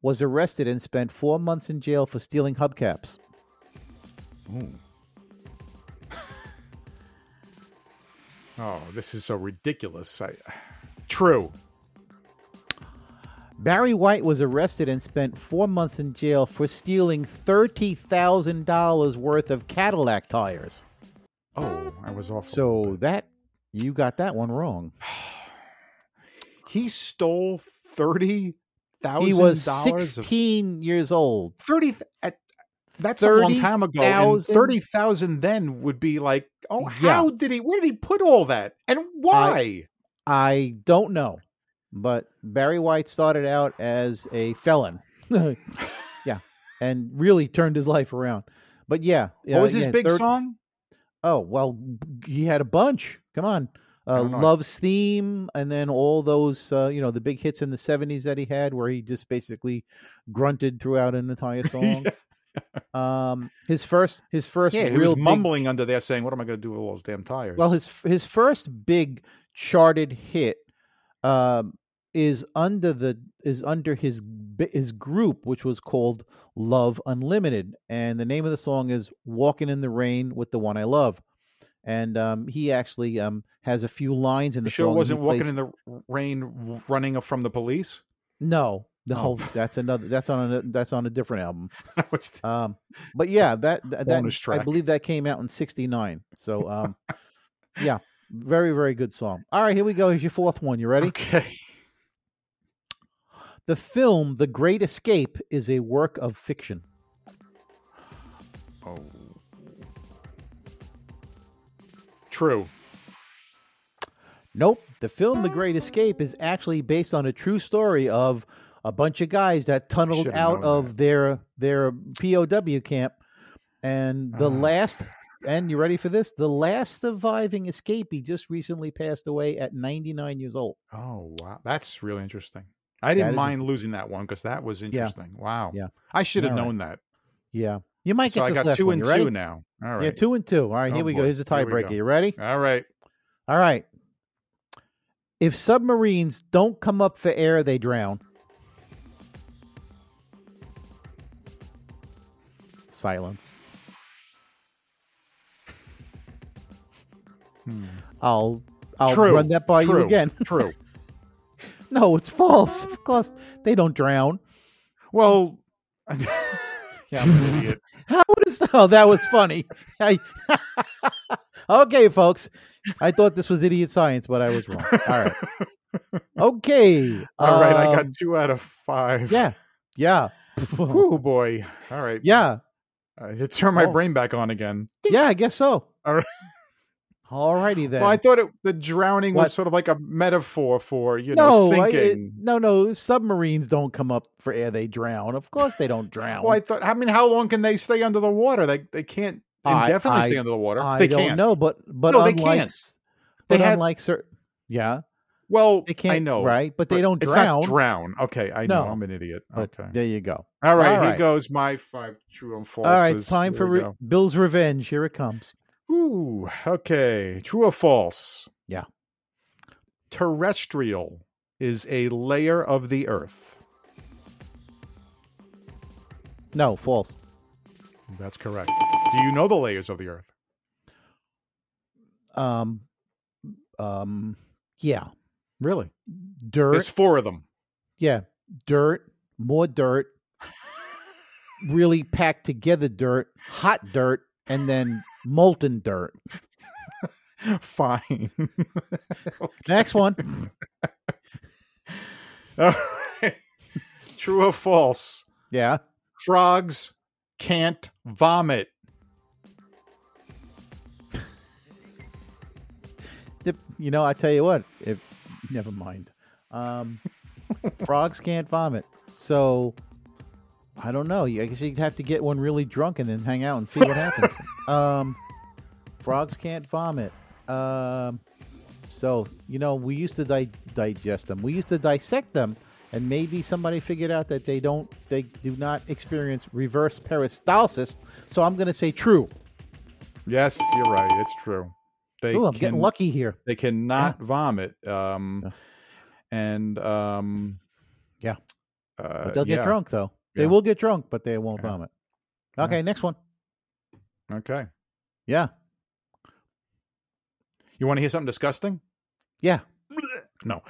S2: was arrested and spent four months in jail for stealing hubcaps.
S1: Oh, this is so ridiculous. I... True.
S2: Barry White was arrested and spent four months in jail for stealing thirty thousand dollars worth of Cadillac tires.
S1: Oh, I was off. a little
S2: So
S1: bit.
S2: that you got that one wrong.
S1: he stole thirty thousand.
S2: He was
S1: dollars of-
S2: sixteen years old.
S1: thirty. th- at- that's a long time ago. and
S2: 30,000
S1: Thirty thousand then would be like, oh,
S2: Yeah. Uh,
S1: how did he? Where did he put all that? And why?
S2: I don't know, but Barry White started out as a felon. <laughs> yeah, and really turned his life around. But yeah, yeah,
S1: what was his
S2: yeah,
S1: big
S2: thir-
S1: song?
S2: Oh well, b- he had a bunch. Come on, uh,
S1: don't know.
S2: Love's theme, and then all those uh, you know the big hits in the '70s that he had, where he just basically grunted throughout
S1: <laughs>
S2: an entire song. Um, his first, his first
S1: Yeah, he
S2: real
S1: was
S2: big-
S1: mumbling under there, saying, "What am I going to do with all those damn tires?"
S2: well, his his first big charted hit um, is under the is under his bi- his group, which was called Love Unlimited, and the name of the song is "Walking in the Rain with the One I Love." And um, he actually um, has a few lines in the
S1: You sure
S2: song.
S1: it
S2: that
S1: wasn't
S2: he
S1: walking
S2: plays-
S1: in the r- rain, w- running from the police? <laughs>
S2: No, no,
S1: Oh.
S2: that's another. That's on a, that's on a different album.
S1: That was the-
S2: Um, but yeah, that th- that
S1: Bonus
S2: I
S1: track.
S2: believe that came out in '69. So um,
S1: <laughs>
S2: yeah, very very good song. All right, here we go. Here's your fourth one. You ready?
S1: okay.
S2: The film The Great Escape is a work of fiction.
S1: Oh. True.
S2: Nope. The film The Great Escape is actually based on a true story of a bunch of guys that tunneled
S1: should've
S2: out
S1: known
S2: of their their POW camp and the
S1: Uh-huh.
S2: last and you ready for this? The last surviving escapee just recently passed away at 99 years old.
S1: Oh wow, that's really interesting. I
S2: That
S1: didn't
S2: is-
S1: mind losing that one because that was interesting. Wow.
S2: Yeah.
S1: I should have
S2: All right.
S1: known that.
S2: Yeah. You might
S1: So
S2: get
S1: I
S2: this
S1: got
S2: last
S1: two
S2: one.
S1: and
S2: You ready?
S1: two now. All right.
S2: Yeah, two and two. All right,
S1: Oh,
S2: here we
S1: boy.
S2: go. Here's the
S1: Here we
S2: tiebreaker.
S1: go.
S2: You ready?
S1: All right.
S2: All right. If submarines don't come up for air, they drown. Silence. I'll I'll
S1: True.
S2: run that by
S1: True.
S2: you again. <laughs>
S1: True.
S2: No, it's false. Of course, they don't drown. Hmm.
S1: <laughs> Well, yeah, I'm an idiot.
S2: How is? Oh, that was funny. I- <laughs> okay, folks. I thought this was idiot science, but I was wrong. <laughs> All right. Okay.
S1: <laughs> All right, I <laughs> got
S2: um,
S1: two out of five.
S2: Yeah. Yeah.
S1: Oh boy. All right. Uh,
S2: yeah.
S1: I had to turn my
S2: Oh.
S1: brain back on again.
S2: Yeah. I guess so.
S1: All right.
S2: All righty then.
S1: <laughs> Well, I thought it, the drowning
S2: What?
S1: was sort of like a metaphor for you know
S2: I- it-
S1: sinking.
S2: no, no. Submarines don't come up for air; they drown. Of course, they don't drown.
S1: well, I thought. I mean, how long can they stay under the water? They they can't
S2: I-
S1: indefinitely
S2: I-
S1: stay under the water.
S2: I
S1: they
S2: don't
S1: can't.
S2: know, but but
S1: No, they
S2: unlike,
S1: can't.
S2: But
S1: They have-
S2: unlike certain, yeah,
S1: Well,
S2: they can't.
S1: I know,
S2: right? But, they
S1: but
S2: don't
S1: it's
S2: drown.
S1: Not drown. Okay, I know.
S2: No.
S1: I'm an idiot.
S2: But
S1: okay.
S2: there you go.
S1: All right,
S2: all
S1: here
S2: right.
S1: goes my five true and false.
S2: All right, time for re-
S1: Re-
S2: Bill's revenge. Here it comes.
S1: Ooh, okay. True or false?
S2: Yeah.
S1: Terrestrial is a layer of the earth.
S2: No, false.
S1: That's correct. Do you know the layers of the earth?
S2: Um, um, yeah,
S1: Really?
S2: dirt.
S1: There's four of them.
S2: yeah, dirt. More dirt. really packed together dirt, hot dirt, and then molten dirt.
S1: Fine. <laughs>
S2: Next one.
S1: All right. True or false?
S2: Yeah.
S1: Frogs can't vomit.
S2: Dip- You know, I tell you what. If never mind.
S1: <laughs>
S2: Um, frogs can't vomit, so I don't know. You- I guess you'd have to get one really drunk and then hang out and see
S1: <laughs>
S2: what happens. um, frogs can't vomit. Um, so you know, we used to di- digest them. We used to dissect them, and maybe somebody figured out that they don't, they do not experience reverse peristalsis. So I'm going to say true.
S1: Yes, you're right. It's true. They
S2: Ooh, I'm
S1: can,
S2: getting lucky here.
S1: They cannot vomit. Um, And um,
S2: Yeah.
S1: uh,
S2: But they'll
S1: yeah.
S2: get drunk though. They
S1: Yeah.
S2: will get drunk, but they won't
S1: Yeah.
S2: vomit.
S1: Yeah.
S2: Okay, next one.
S1: Okay.
S2: Yeah.
S1: You want to hear something disgusting?
S2: Yeah.
S1: <sniffs> No.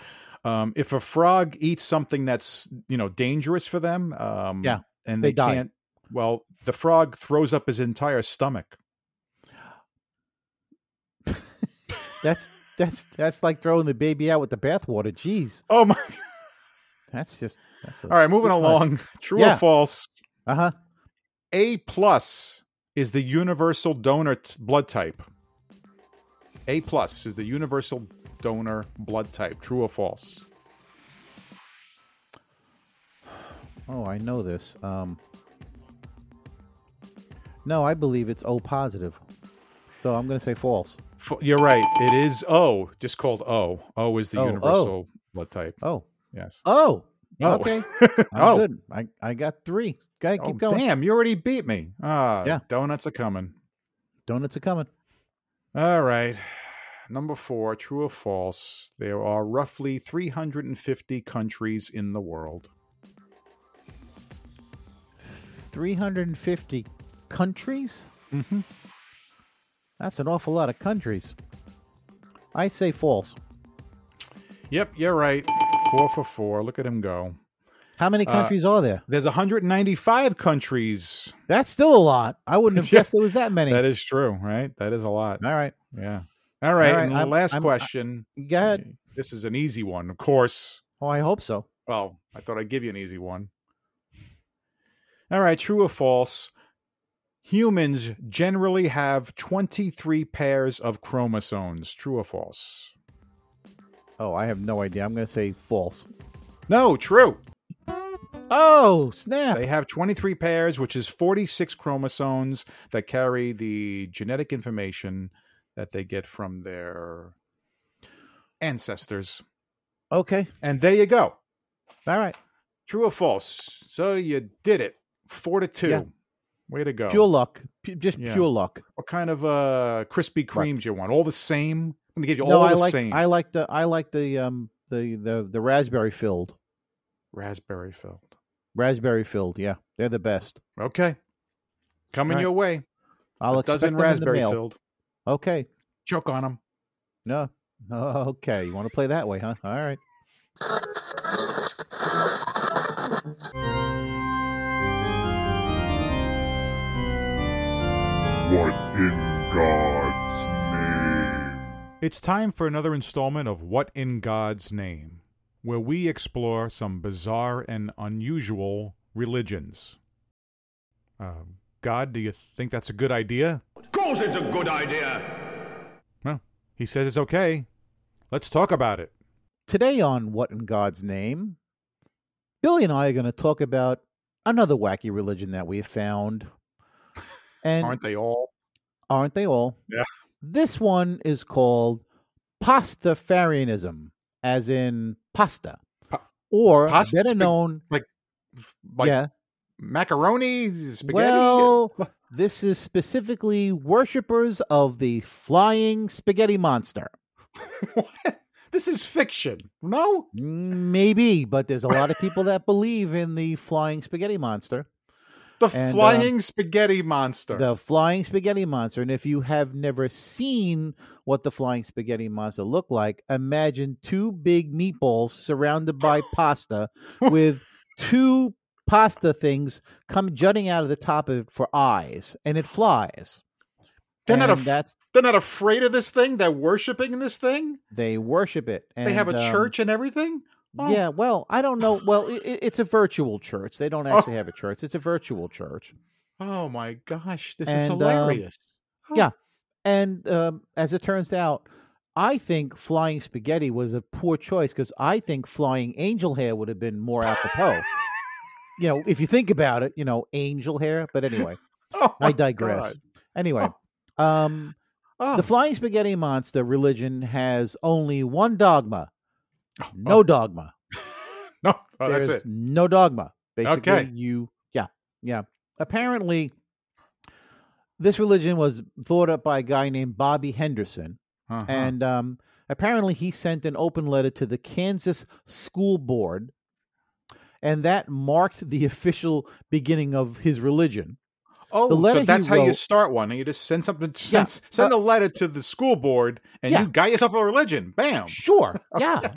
S1: Um, if a frog eats something that's you know dangerous for them, um,
S2: Yeah,
S1: and
S2: they
S1: they,
S2: die.
S1: can't. Well, the frog throws up his entire stomach.
S2: That's that's that's like throwing the baby out with the bathwater. Jeez.
S1: Oh my!
S2: That's just that's a,
S1: All right, moving
S2: Good punch.
S1: along. <laughs> True
S2: Yeah.
S1: or false?
S2: Uh-huh.
S1: A plus is the universal donor t- blood type. A plus is the universal donor blood type. True or false?
S2: Oh, I know this. Um No, I believe it's O positive. So I'm going to say false.
S1: F- You're right. It is O, just called O. O is the
S2: Oh, O.
S1: universal blood type.
S2: Oh.
S1: Yes.
S2: Oh.
S1: Oh.
S2: Okay. <laughs> I'm
S1: <laughs> Oh.
S2: good. I I got 3. Guy,
S1: Oh,
S2: keep going.
S1: Damn, you already beat me. Ah,
S2: Yeah.
S1: donuts are coming.
S2: Donuts are coming.
S1: All right. Number four, true or false? There are roughly 350 countries in the world.
S2: 350 countries?
S1: Mm-hmm.
S2: That's an awful lot of countries. I say false.
S1: Yep, you're right. Four for four. Look at him go.
S2: How many
S1: Uh,
S2: countries are there?
S1: There's 195 countries.
S2: That's still a lot. I wouldn't
S1: <laughs>
S2: have
S1: Yeah.
S2: guessed there was that many.
S1: That is true, right? That is a lot.
S2: All right.
S1: Yeah. All right.
S2: right,
S1: and the
S2: I'm-
S1: last
S2: I'm-
S1: question.
S2: Go ahead.
S1: This is an easy one, of course.
S2: Oh, I hope so.
S1: Well, I thought I'd give you an easy one. All right, true or false? Humans generally have 23 pairs of chromosomes. True or false?
S2: Oh, I have no idea. I'm going to say false.
S1: No, true.
S2: Oh, snap. <laughs>
S1: They have 23 pairs, which is 46 chromosomes that carry the genetic information that they get from their ancestors.
S2: Okay.
S1: And there you go.
S2: All right.
S1: True or false? So you did it. Four to two.
S2: Yeah.
S1: Way to go.
S2: Pure luck. P- just
S1: Oh. Yeah.
S2: pure luck.
S1: What kind of uh Krispy Kremes you want? All the same? I'm gonna give you
S2: no,
S1: all
S2: I
S1: the
S2: like
S1: same.
S2: I like the I like the um the the the raspberry filled.
S1: Raspberry filled.
S2: Raspberry filled. Yeah. They're the best.
S1: Okay. Coming
S2: All right.
S1: your way.
S2: I'll
S1: a
S2: expect
S1: dozen
S2: them in the
S1: raspberry
S2: mail.
S1: filled.
S2: Okay.
S1: Choke on them.
S2: Oh, No. Okay. You want to play that way, huh? All right.
S7: What in God's name?
S1: It's time for another installment of What in God's Name, where we explore some bizarre and unusual religions. Uh, God, do you think that's a good idea?
S8: Of course it's a good idea.
S1: Well, he says it's okay. Let's talk about it.
S2: Today on What in God's Name, Billy and I are going to talk about another wacky religion that we found. And
S1: Aren't they all?
S2: aren't they all?
S1: Yeah.
S2: This one is called pastafarianism, as in pasta,
S1: Pa-
S2: or
S1: pasta
S2: better
S1: spag-
S2: known,
S1: Like
S2: yeah.
S1: macaroni, spaghetti?
S2: Well, this is specifically worshippers of the flying spaghetti monster.
S1: What? This is fiction. No?
S2: Maybe, but there's a lot of people that believe in the flying spaghetti monster.
S1: The
S2: And, uh,
S1: flying spaghetti monster.
S2: The flying spaghetti monster. And if you have never seen what the flying spaghetti monster looked like, imagine two big meatballs
S1: <laughs>
S2: surrounded by pasta with two pasta things come jutting out of the top of it for eyes and it flies.
S1: they're, not
S2: And
S1: af-
S2: that's
S1: they're not afraid of this thing. They're worshiping this thing.
S2: they worship it. And,
S1: they have a
S2: um,
S1: church and everything. Oh.
S2: Yeah, well, I don't know. Well, it, it's a virtual church. They don't actually have a church. It's a virtual church.
S1: Oh my gosh, this is
S2: And, um,
S1: hilarious.
S2: yeah. And um, as it turns out, I think flying spaghetti was a poor choice because I think flying angel hair would have been more apropos. you know, if you think about it, you know, angel hair.
S1: <laughs>
S2: But anyway,
S1: Oh,
S2: I
S1: my
S2: digress.
S1: God.
S2: Anyway, um,
S1: Oh,
S2: the flying spaghetti monster religion has only one dogma.
S1: oh,
S2: No
S1: oh,
S2: dogma.
S1: <laughs> no, oh, that's
S2: There's
S1: it.
S2: No dogma. Basically,
S1: Okay.
S2: you yeah yeah. Apparently, this religion was thought up by a guy named Bobby Henderson.
S1: Uh-huh.
S2: and um, apparently he sent an open letter to the Kansas School Board, and that marked the official beginning of his religion.
S1: oh,
S2: the letter
S1: so
S2: he
S1: that's how you
S2: wrote- uh
S1: start one. You just send something, send, send a letter to the school board, and
S2: yeah.
S1: you got yourself a religion. Bam.
S2: Sure, yeah,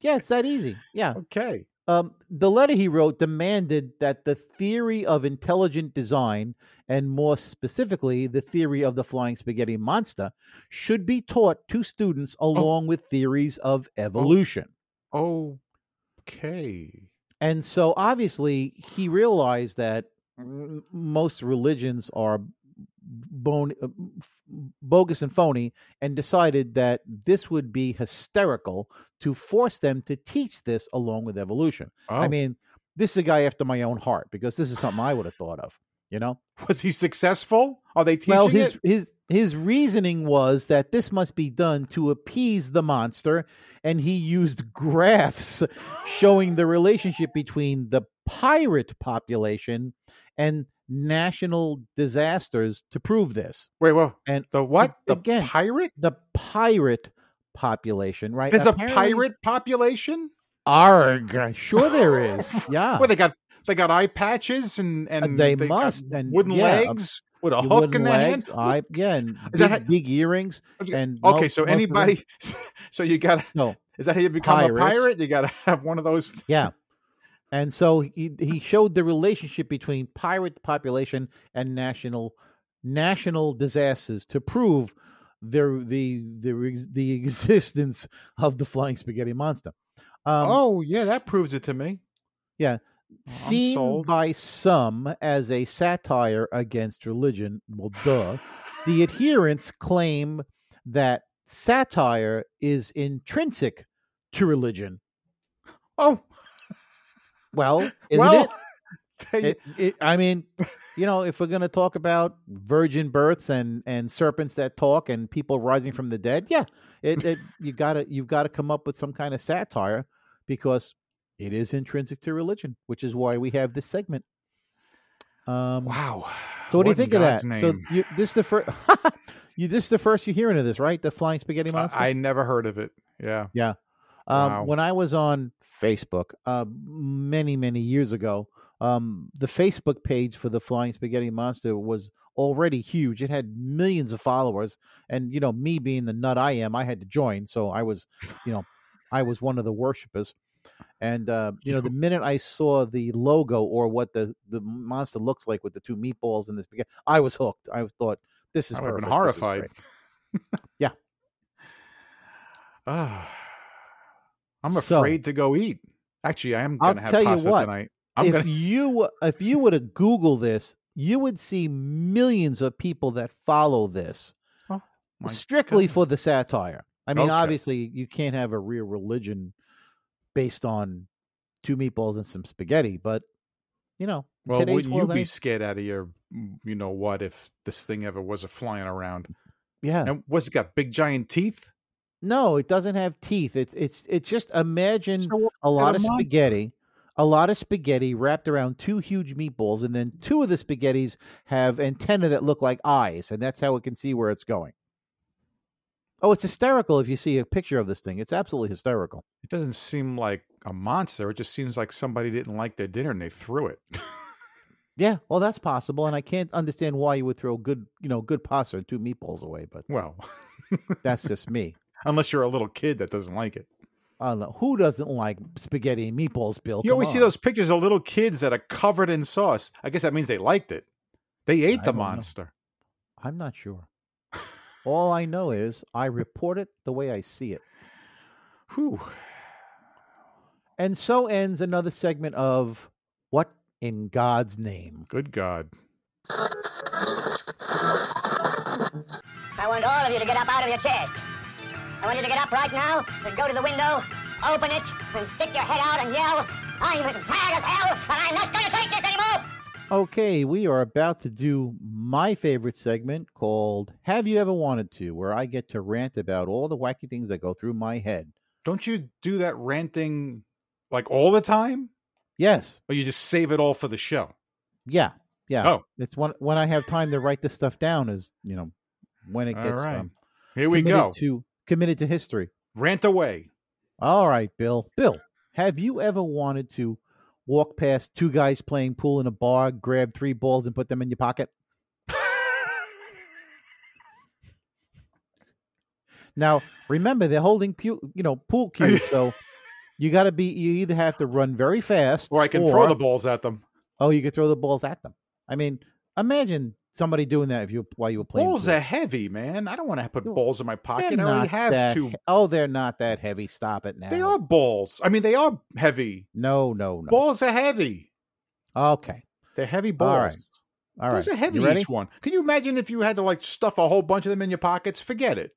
S2: yeah, it's that easy. Yeah,
S1: Okay.
S2: um, the letter he wrote demanded that the theory of intelligent design, and more specifically, the theory of the flying spaghetti monster, should be taught to students along with theories of evolution.
S1: Okay.
S2: And so obviously he realized that m- most religions are bone, uh, f- bogus and phony and decided that this would be hysterical to force them to teach this along with evolution.
S1: Oh.
S2: I mean, this is a guy after my own heart because this is something I would have thought of, you know?
S1: <laughs> was he successful? Are they teaching
S2: well, his
S1: it?
S2: his his reasoning was that this must be done to appease the monster, and he used graphs showing the relationship between the pirate population and national disasters to prove this.
S1: Wait, wait.
S2: and
S1: the what? The
S2: again-
S1: pirate?
S2: The pirate population, right?
S1: There's
S2: Apparently-
S1: a pirate population?
S2: Arg. Sure, there
S1: <laughs>
S2: is. Yeah. Uh,
S1: Well, they got they got eye patches and and
S2: they
S1: got
S2: must, and
S1: wooden
S2: yeah,
S1: legs with a
S2: You
S1: hook
S2: wooden
S1: in their
S2: legs,
S1: hand.
S2: I, yeah, and
S1: Is that
S2: big,
S1: how-
S2: big earrings.
S1: Okay,
S2: And mo-
S1: okay, so
S2: most of them-
S1: anybody, <laughs> so you got to
S2: No,
S1: is that how you become
S2: Pirates.
S1: a pirate? You got to <laughs> have one of those.
S2: Yeah. And so he, he showed the relationship between pirate population and national national disasters to prove their the the ex- the <laughs> existence of the flying spaghetti monster. Um,
S1: oh yeah,
S2: that
S1: that
S2: proves
S1: proves it to me.
S2: seen
S1: sold.
S2: by some as a satire against religion. Well, duh. The adherents claim that satire is intrinsic to religion.
S1: Oh
S2: Well, isn't
S1: well,
S2: it?
S1: <laughs> they- <laughs>
S2: it, it, I mean, you know, if we're going to talk about virgin births and and serpents that talk and people rising from the dead, yeah,
S1: <laughs>
S2: it, it you gotta you've got to come up with some kind of satire because it is intrinsic to religion, which is why we have this segment. Um,
S1: wow.
S2: So what, do you
S1: in
S2: think of
S1: God's
S2: that? So
S1: name?
S2: you, this the first <laughs> you this the first you're hearing of this, right? The flying spaghetti monster.
S1: Uh, I, I never heard of it. Yeah.
S2: Um,
S1: Wow.
S2: When I was on Facebook uh, many, many years ago, um, the Facebook page for the Flying Spaghetti Monster was already huge. It had millions of followers, and you know, me being the nut I am, I had to join. So I was, you know, I was one of the worshippers. And uh,
S1: <laughs>
S2: you know, the minute I saw the logo or what the the monster looks like with the two meatballs and this, spaghetti, I was hooked. I thought this is
S1: I would've been
S2: perfect. This is
S1: horrified.
S2: great."
S1: <laughs>
S2: Yeah.
S1: Ah, I'm
S2: So-
S1: afraid to go eat. Actually, I am
S2: I'll
S1: going to have
S2: tell you
S1: pasta
S2: what,
S1: tonight. I'm
S2: if
S1: going to
S2: you if you were to Google this, you would see millions of people that follow this strictly for the satire. I mean,
S1: Oh Okay.
S2: obviously, you can't have a real religion based on two meatballs and some spaghetti, but you know, in
S1: Well,
S2: today's
S1: wouldn't you
S2: world,
S1: be
S2: any-
S1: scared out of your, mm, you know what, if this thing ever was a flying around?
S2: yeah,
S1: And what's it got? Big giant teeth?
S2: no, it doesn't have teeth. It's it's it's just imagine
S1: So
S2: a lot
S1: a
S2: of
S1: monster.
S2: spaghetti, a lot of spaghetti wrapped around two huge meatballs, and then two of the spaghettis have antennae that look like eyes, and that's how it can see where it's going. Oh, it's hysterical if you see a picture of this thing. It's absolutely hysterical.
S1: It doesn't seem like a monster. It just seems like somebody didn't like their dinner and they threw it. <laughs>
S2: Yeah, well, that's possible, and I can't understand why you would throw good, you know, good pasta and two meatballs away. But
S1: well, <laughs>
S2: that's just me.
S1: unless you're a little kid that doesn't like it.
S2: I don't know who doesn't like spaghetti and meatballs, Bill.
S1: You
S2: Come
S1: always see
S2: on.
S1: those pictures of little kids that are covered in sauce. I guess that means they liked it. They ate the
S2: I don't know.
S1: monster.
S2: I'm not sure. All I know is I report it the way I see it,
S1: Whew.
S2: and so ends another segment of what in God's name.
S1: Good God.
S9: I want all of you to get up out of your chairs. I want you to get up right now and go to the window, open it, and stick your head out and yell, I'm as mad as hell, and I'm not gonna take this anymore!
S2: Okay, we are about to do my favorite segment called "Have You Ever Wanted to," where I get to rant about all the wacky things that go through my head.
S1: Don't you do that ranting like all the time?
S2: Yes,
S1: Or you just save it all for the show?
S2: Yeah, yeah.
S1: Oh.
S2: it's when when I have time to write this stuff down is you know when it
S1: All
S2: gets
S1: right.
S2: um,
S1: Here we
S2: committed
S1: go.
S2: to committed to history.
S1: Rant away.
S2: All right, Bill. Bill, have you ever wanted to walk past two guys playing pool in a bar, grab three balls, and put them in your pocket? Now remember they're holding pu- you know
S1: <laughs>
S2: pool cues, so you got to be you either have to run very fast,
S1: Or I can throw the balls at them.
S2: Oh, you can throw the balls at them. I mean, imagine somebody doing that if you while you were playing.
S1: Balls
S2: pool.
S1: are heavy, man. I don't want to put
S2: Yo,
S1: balls in my
S2: They're
S1: pocket. I already
S2: not
S1: have
S2: that
S1: two.
S2: he- oh, they're not that heavy. Stop it now.
S1: They are balls. I mean, they are heavy.
S2: No, no, no.
S1: Balls are heavy.
S2: Okay.
S1: They're heavy balls.
S2: All right. All right.
S1: Those are heavy
S2: You ready?
S1: each one. Can you imagine if you had to like stuff a whole bunch of them in your pockets? Forget it.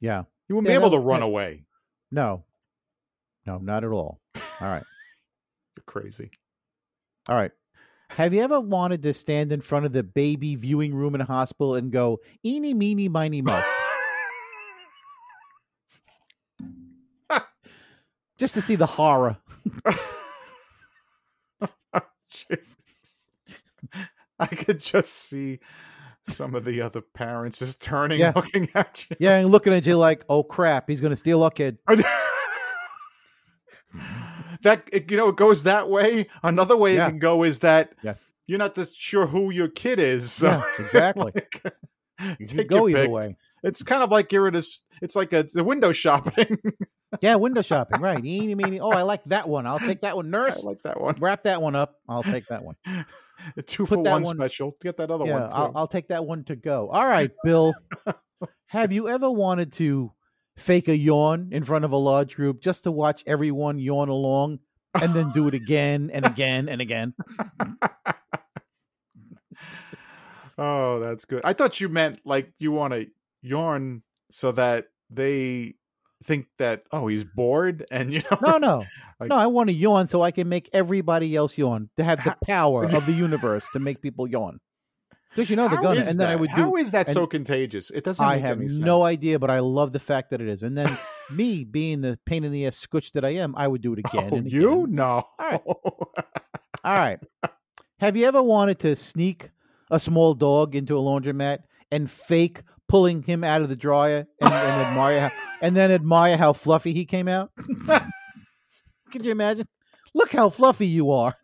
S2: Yeah.
S1: You wouldn't
S2: Yeah,
S1: be able to
S2: that-
S1: run
S2: that-
S1: away.
S2: No. No, not at all. All right.
S1: You're <laughs> crazy.
S2: All right. Have you ever wanted to stand in front of the baby viewing room in a hospital and go, eeny, meeny,
S1: <laughs>
S2: miny, mo?
S1: Oh.
S2: <laughs> Just to see the horror.
S1: Jeez. I could just see some of the other parents just turning,
S2: Yeah.
S1: looking at you.
S2: Yeah, and looking at you like, oh crap, he's going to steal our kid.
S1: <laughs> that it- you know it goes that way. Another way
S2: Yeah.
S1: it can go is that
S2: Yeah.
S1: you're not that sure who your kid is. So <laughs>
S2: Yeah, exactly.
S1: like,
S2: You could
S1: take
S2: go
S1: your
S2: either
S1: pick.
S2: way.
S1: It's kind of like you're at a. s- It's like a, it's a window
S2: <laughs>
S1: shopping.
S2: Yeah, window
S1: <laughs>
S2: shopping, right. Eeny, meeny, oh, I like that one. I'll take that one.
S1: I
S2: Nurse,
S1: like that one.
S2: wrap that one up. I'll take that one.
S1: A two
S2: Put
S1: for
S2: that
S1: one,
S2: one-
S1: special. Get that other one.
S2: yeah, I'll,
S1: too.
S2: I'll take that one to go. All right, Bill. have you ever wanted to fake a yawn in front of a large group just to watch everyone yawn along and then do it again and again and again?
S1: Oh, that's good. I thought you meant like you want to yawn so that they think that oh he's bored and you know
S2: No, no.
S1: <laughs> Like-
S2: no, I want to yawn so I can make everybody else yawn to have the power
S1: <laughs>
S2: of the universe to make people yawn. Because you know they're
S1: How
S2: gonna,
S1: is
S2: and then I
S1: that?
S2: would do
S1: How is that
S2: and
S1: so contagious? It doesn't.
S2: I
S1: make
S2: have
S1: any
S2: no
S1: sense.
S2: idea, but I love the fact that it is. And
S1: <laughs>
S2: then me being the pain in the ass scooch that I am, I would do it again.
S1: Oh,
S2: and
S1: you
S2: again.
S1: no.
S2: <laughs> All right. Have you ever wanted to sneak a small dog into a laundromat and fake pulling him out of the dryer and, and
S1: <laughs>
S2: admire how, and then admire how fluffy he came out? Could you imagine? Look how fluffy you are.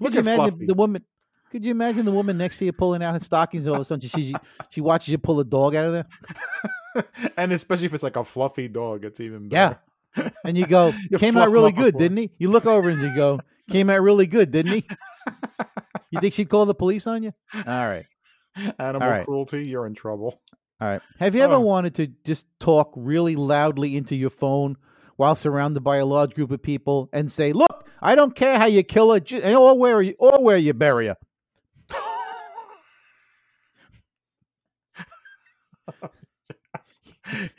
S1: Look
S2: Could you
S1: at
S2: imagine
S1: Fluffy.
S2: the woman? Could you imagine the woman next to you pulling out her stockings? All of a sudden, she
S1: <laughs>
S2: she watches you pull a dog out of there.
S1: and especially if it's like a fluffy dog, it's even
S2: Yeah.
S1: better.
S2: and
S1: <laughs>
S2: you go,
S1: You
S2: came
S1: fluff
S2: out
S1: 'em
S2: really
S1: up
S2: good,
S1: before.
S2: didn't he? You look over and you go, came out really good,
S1: <laughs>
S2: didn't he? You think she'd call the police on you? All right.
S1: Animal
S2: right.
S1: cruelty, you're in
S2: <laughs>
S1: trouble. <laughs>
S2: All right. Have you ever
S1: Oh.
S2: wanted to just talk really loudly into your phone while surrounded by a large group of people and say, "Look, I don't care how you kill her, ju- and or where you or where you bury her."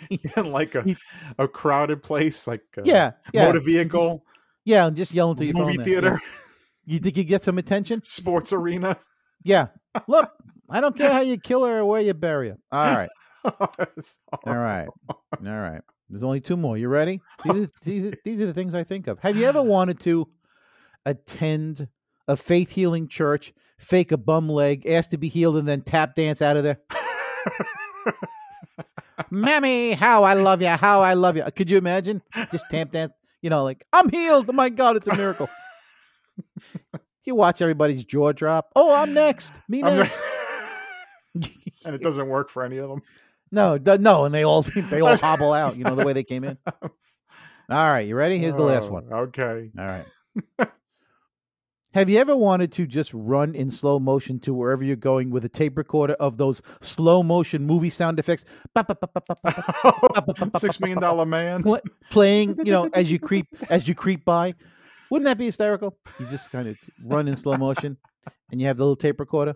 S1: in like a,
S2: He-
S1: a crowded place, like a
S2: Yeah, yeah,
S1: motor vehicle,
S2: yeah, and just yelling to your
S1: movie
S2: phone. there. Yeah.
S1: theater,
S2: You think you get some attention?
S1: <laughs> sports arena.
S2: Yeah. Look, I don't care how you kill her or where you
S1: <laughs>
S2: bury her. All right.
S1: It's <laughs>
S2: All right. All right. There's only two more. You ready? These are, these, are, these are the things I think of. Have you ever wanted to attend a faith healing church, fake a bum leg, ask to be healed, and then tap dance out of there? Mammy, how I love you. How I love you. Could you imagine? Just tap dance, you know, like, I'm healed. Oh my God, it's
S1: <laughs>
S2: a miracle. you watch everybody's jaw drop. Oh, I'm next. Me
S1: I'm
S2: next.
S1: not- <laughs> and
S2: <laughs>
S1: it doesn't work for any of them.
S2: No, d- no, and they all <laughs> they all hobble out. You know the way
S1: <laughs>
S2: they came in. All right, you ready? Here's the last
S1: Oh,
S2: one.
S1: Okay. <laughs>
S2: All right. Have you ever wanted to just run in slow motion to wherever you're going with a tape recorder of those slow motion movie
S1: <laughs>
S2: sound effects Ba, ba, ba, ba, ba, ba, ba,
S1: Six million dollar
S2: <laughs>
S1: man.
S2: pl- playing, you know, as you creep as you creep by? Wouldn't that be hysterical? You just kind of run in slow motion, and you have the little tape recorder,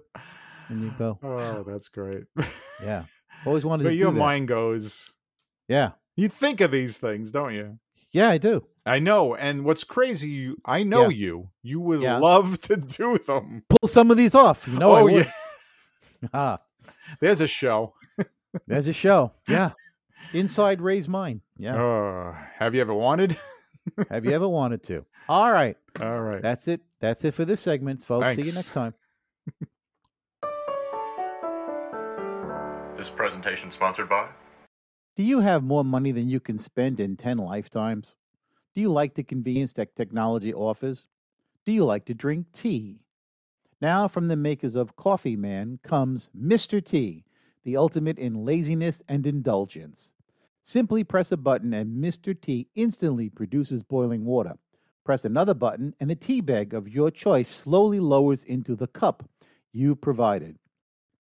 S2: and you go,
S1: Oh, that's great.
S2: "Yeah, always wanted
S1: But
S2: to
S1: your
S2: do that."
S1: mind goes.
S2: yeah,
S1: You think of these things, don't you?
S2: yeah, I do.
S1: I know. And what's crazy, you, I know
S2: Yeah.
S1: you. You would
S2: Yeah.
S1: love to do them.
S2: Pull some of these off. You know, I
S1: oh,
S2: would.
S1: yeah.
S2: <laughs> Ah,
S1: There's a show.
S2: there's a show.
S1: <laughs>
S2: Yeah. Inside Ray's Mind. Yeah.
S1: Uh, have you ever wanted?
S2: Have you ever wanted to? <laughs> All right.
S1: All right.
S2: That's it. That's it for this segment, folks. See you
S1: Thanks.
S2: next time.
S5: This presentation sponsored by
S2: Do you have more money than you can spend in 10 lifetimes? Do you like the convenience that technology offers? Do you like to drink tea? Now, from the makers of Coffee Man comes Mr. T, the ultimate in laziness and indulgence. Simply press a button and Mr. T instantly produces boiling water. Press another button and a tea bag of your choice slowly lowers into the cup you provided.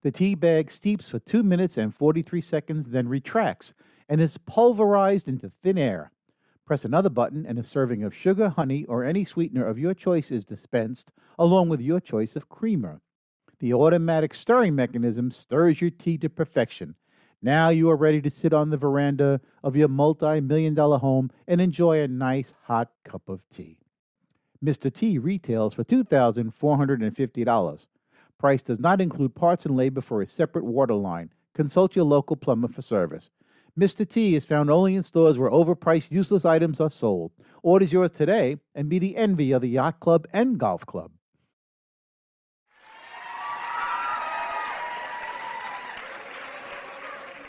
S2: The tea bag steeps for 2 minutes and 43 seconds, then retracts and is pulverized into thin air. Press another button, and a serving of sugar, honey, or any sweetener of your choice is dispensed, along with your choice of creamer. The automatic stirring mechanism stirs your tea to perfection. Now you are ready to sit on the veranda of your multi million dollar home and enjoy a nice hot cup of tea. Mr. T retails for $2,450. Price does not include parts and labor for a separate water line. Consult your local plumber for service. Mr. T is found only in stores where overpriced, useless items are sold. Orders yours today and be the envy of the yacht club and golf club.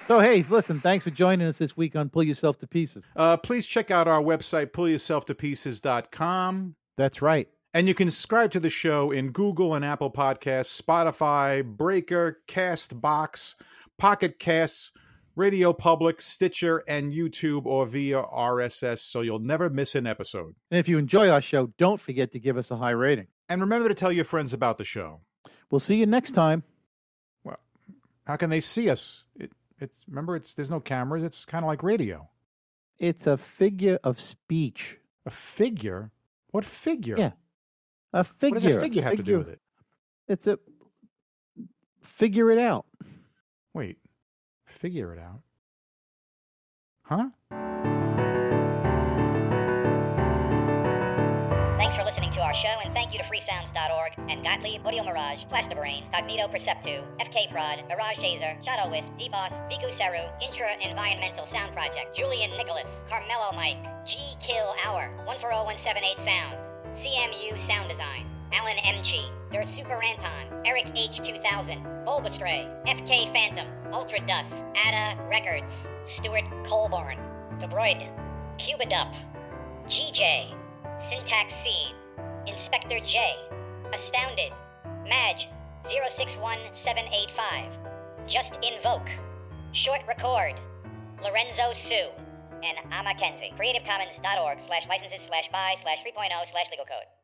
S2: So, hey, listen, thanks for joining us this week on Pull Yourself to Pieces.
S1: Uh, please check out our website, pullyourselftopieces.com.
S2: That's right.
S1: And you can subscribe to the show in Google and Apple Podcasts, Spotify, Breaker, Castbox, Pocket Casts, Radio Public, Stitcher, and YouTube or via RSS so you'll never miss an episode.
S2: And if you enjoy our show, don't forget to give us a high rating.
S1: And remember to tell your friends about the show.
S2: We'll see you next time.
S1: How can they see us? It, it's remember it's there's no cameras, it's kind of like radio.
S2: It's a figure of speech.
S1: A figure? What figure?
S2: Yeah, A figure.
S1: What does a figure have to do with it?
S2: It's a figure it out.
S1: Wait. Figure it out. Huh?
S9: Thanks for listening to our show, and thank you to freesounds.org and Gottlieb, Audio Mirage, Plasterbrain, Cognito Perceptu, FK Prod, Mirage Jazer, Shadow Wisp, D-Boss, Viku Seru, Intra Environmental Sound Project, Julian Nicholas, Carmelo Mike, G Kill Hour, 140178 Sound, CMU Sound Design, Alan Mchi, Der Super Anton, Eric H2000, Bulbastray, FK Phantom, Ultra Dust, Ada Records, Stuart Colborn, Debroid, Cuba Dup, GJ, Syntax Seed, Inspector J, Astounded, Madge 061785, Just Invoke, Short Record, Lorenzo Sue, and I'm Mackenzie. CreativeCommons.org oh slash licenses slash buy slash 3.0 slash legal code.